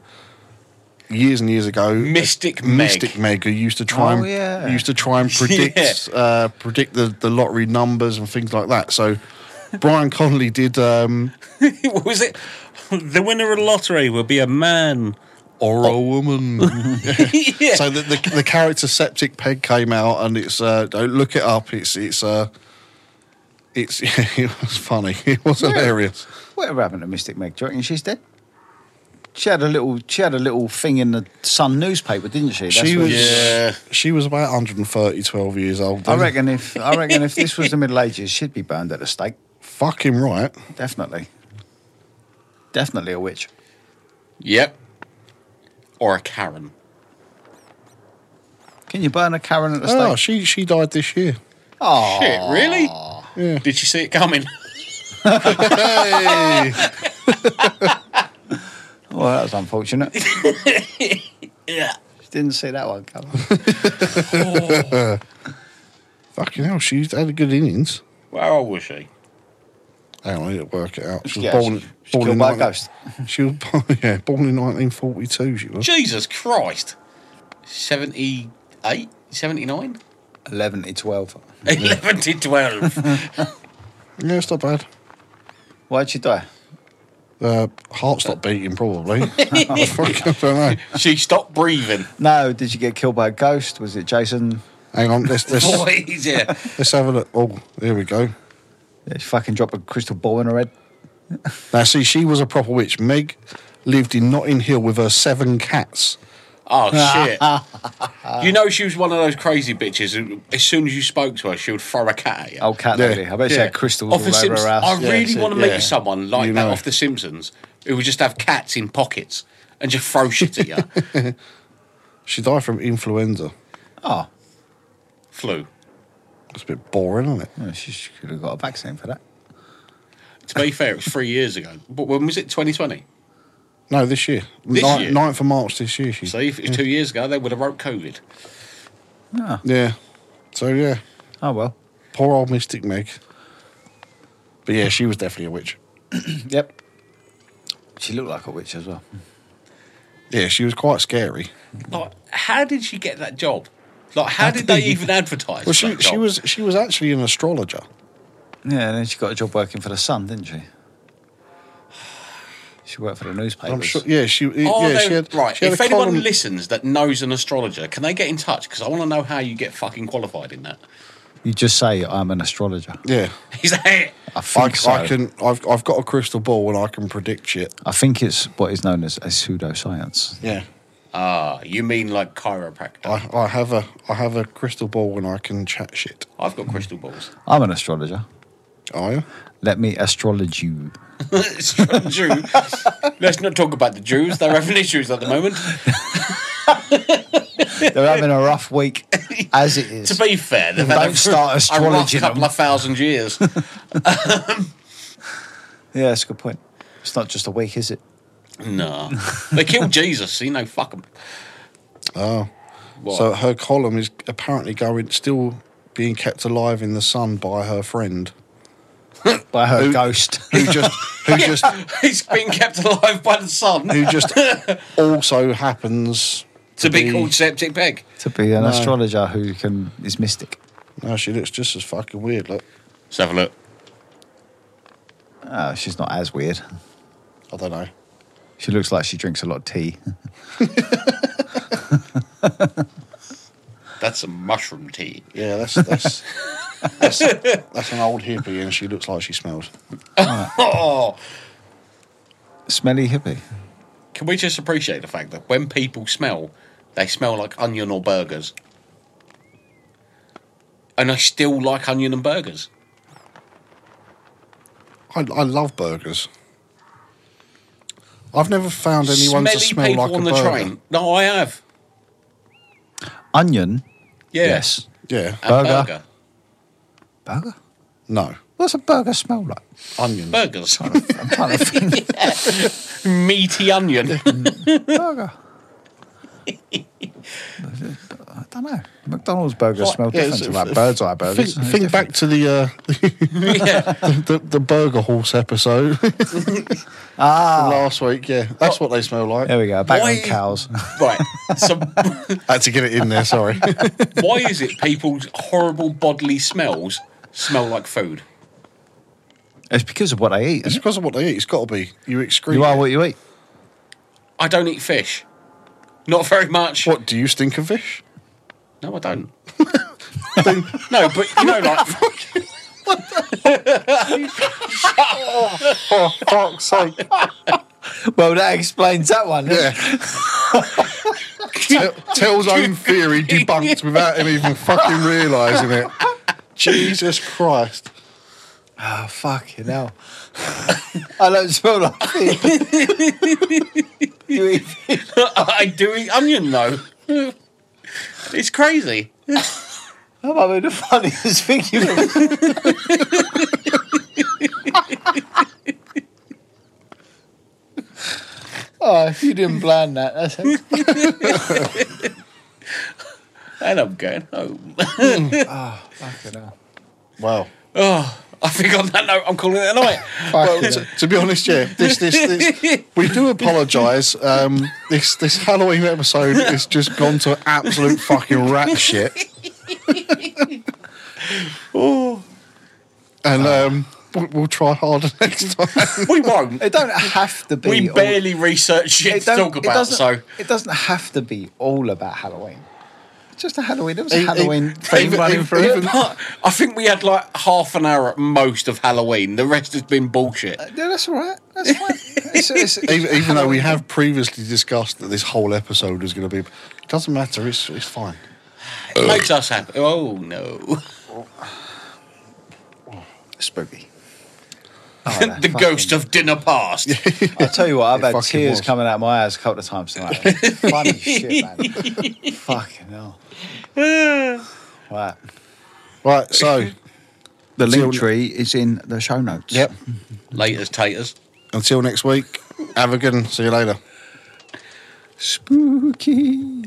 years and years ago Mystic Meg. Mystic Meg, who used to try Oh, and yeah. used to try and predict uh, predict the, the lottery numbers and things like that. So Brian Connolly did. Um, What was it? The winner of the lottery will be a man or a woman. yeah. So the, the the character Septic Peg came out, and it's uh, don't look it up. It's it's uh, it's it was funny. It was hilarious. Whatever happened to Mystic Meg? Do you reckon she's dead? She had a little. She had a little thing in the Sun newspaper, didn't she? That's she what- was Yeah. she was about 130, 12 years old. I then. reckon if I reckon if this was the Middle Ages, she'd be burned at the stake. Fucking right. Definitely. Definitely a witch. Yep. Or a Karen. Can you burn a Karen at the Oh, stake? she she died this year. Oh, Shit, really? Yeah. Did you see it coming? Hey, Well, that was unfortunate. She yeah. Didn't see that one coming. fucking hell, she had a good innings. Where old was she? Hang on, I need to work it out. She was Yeah, born, she- she born killed in by a 19- ghost. She was born, yeah, born in 1942. She was. Jesus Christ. 78? 79? Eleven to twelve. 11 to 12. Yeah, it's not bad. Why'd she die? Uh, heart stopped beating, probably. I fucking don't know. she stopped breathing. No, did you get killed by a ghost? Was it Jason? Hang on, let's let's, Boys, yeah. let's have a look. Oh, there we go. Yeah, she fucking dropped a crystal ball in her head. Now, see, she was a proper witch. Meg lived in Notting Hill with her seven cats. Oh, shit. you know, she was one of those crazy bitches who, as soon as you spoke to her, she would throw a cat at you. Old cat Yeah, lady. I bet she yeah. had crystals off all the over Simpsons. her I house. Yeah, really so- want to meet yeah. someone like You that know. off The Simpsons who would just have cats in pockets and just throw shit at you. She died from influenza. Oh, Flu. It's a bit boring, isn't it? yeah, she, she could have got a vaccine for that. To be fair, it was three years ago. But when was it? 2020? No, this year. This Ni- year? 9th of March this year. She. So if it was two years ago, they would have wrote COVID. No. Yeah. So yeah. Oh well. Poor old Mystic Meg. But yeah, she was definitely a witch. Yep. She looked like a witch as well. Yeah, she was quite scary. Like, how did she get that job? Like, how did they even Well, advertise? for she that she job? was she was actually an astrologer. Yeah, and then she got a job working for the Sun, didn't she? She worked for the newspapers. I'm sure. Yeah, she. Are yeah, they- she had. right. She had if a anyone column- listens that knows an astrologer, can they get in touch? Because I want to know how you get fucking qualified in that. You just say I'm an astrologer. yeah, Is that it? I think I, so. I can. I've I've got a crystal ball and I can predict shit. I think it's what is known as a pseudoscience. Yeah, Ah, you mean like chiropractor? I, I have a I have a crystal ball and I can chat shit. I've got crystal balls. I'm an astrologer. Are you? Let me astrologe you. It's from Jew. Let's not talk about the Jews. They're having issues at the moment. They're having a rough week as it is. To be fair, they've had Don't a, start a rough astrologing couple them. of thousand years. Yeah, that's a good point. It's not just a week, is it? no, they killed Jesus. You know, fuck them. Oh, so her column is apparently going still being kept alive in the sun by her friend By her Who- ghost. who just who just He's been kept alive by the sun who just also happens to be called Septic Peg. to be an astrologer who can is mystic. No, she looks just as fucking weird. Look, Let's have a look. Oh, she's not as weird. I don't know. She looks like she drinks a lot of tea. That's some mushroom tea. Yeah, that's that's that's, that's an old hippie, and she looks like she smells. Oh, Smelly hippie. can we just appreciate the fact that when people smell, they smell like onion or burgers? And I still like onion and burgers. I, I love burgers. I've never found anyone to smell like a burger. No, I have. Onion. Yeah. Yes. Yeah, And burger. Burger. Burger. no What's a burger smell like? onions. Burgers. I'm trying to think. Meaty onion. burger. I don't know. McDonald's burgers Like- smell Yeah, different it's- to like if- bird's eye burgers. Think, think back to the, uh, yeah. the, the burger horse episode from Ah, last week. Yeah, that's what they smell like. there we go. Back Why- on cows. Right. So I had to get it in there. Sorry. why is it people's horrible bodily smells smell like food? it's because of what I eat. it's isn't because of what they eat. It's got to be. You it? excrete. You are it. what you eat. I don't eat fish. Not very much. What do you stink of fish? No, I don't. no, but you know, like Oh, fuck's sake! Well, that explains that one. Yeah. Tell- Tell's own theory debunked without him even fucking realising it. Jesus Christ. Oh, fucking hell. I don't smell like fish. you eat fish. I do eat onion though. It's crazy. That might be the funniest thing you've ever Oh, if you didn't plan that, that's And I'm going home. Oh, fucking hell. Wow. Oh, I think on that note, I'm calling it a night. Well, to, to be honest, yeah, this, this, this we do apologise. Um, this, this Halloween episode has just gone to absolute fucking rat shit. And um, we- we'll try harder next time. We won't. It don't have to be. We all- barely research shit it to don't- talk it about, doesn't- so it doesn't have to be all about Halloween. It's just a Halloween. There was a It- it- Halloween it- thing it- running it- through it. even- But I think we had like half an hour at most of Halloween. The rest has been bullshit. Yeah, that's all right. That's fine. It's, it's, even, even though we have previously discussed that this whole episode is going to be, it doesn't matter. It's it's fine. It makes us happy. Oh no. spooky. Oh, the ghost of dinner past. I'll tell you what, I've It had fucking tears was. coming out of my eyes a couple of times tonight. Funny shit, man. Fucking hell. Right. Right. So The link tree is in the show notes. yep. Laters taters. Until next week. Have a good. one. See you later. Spooky.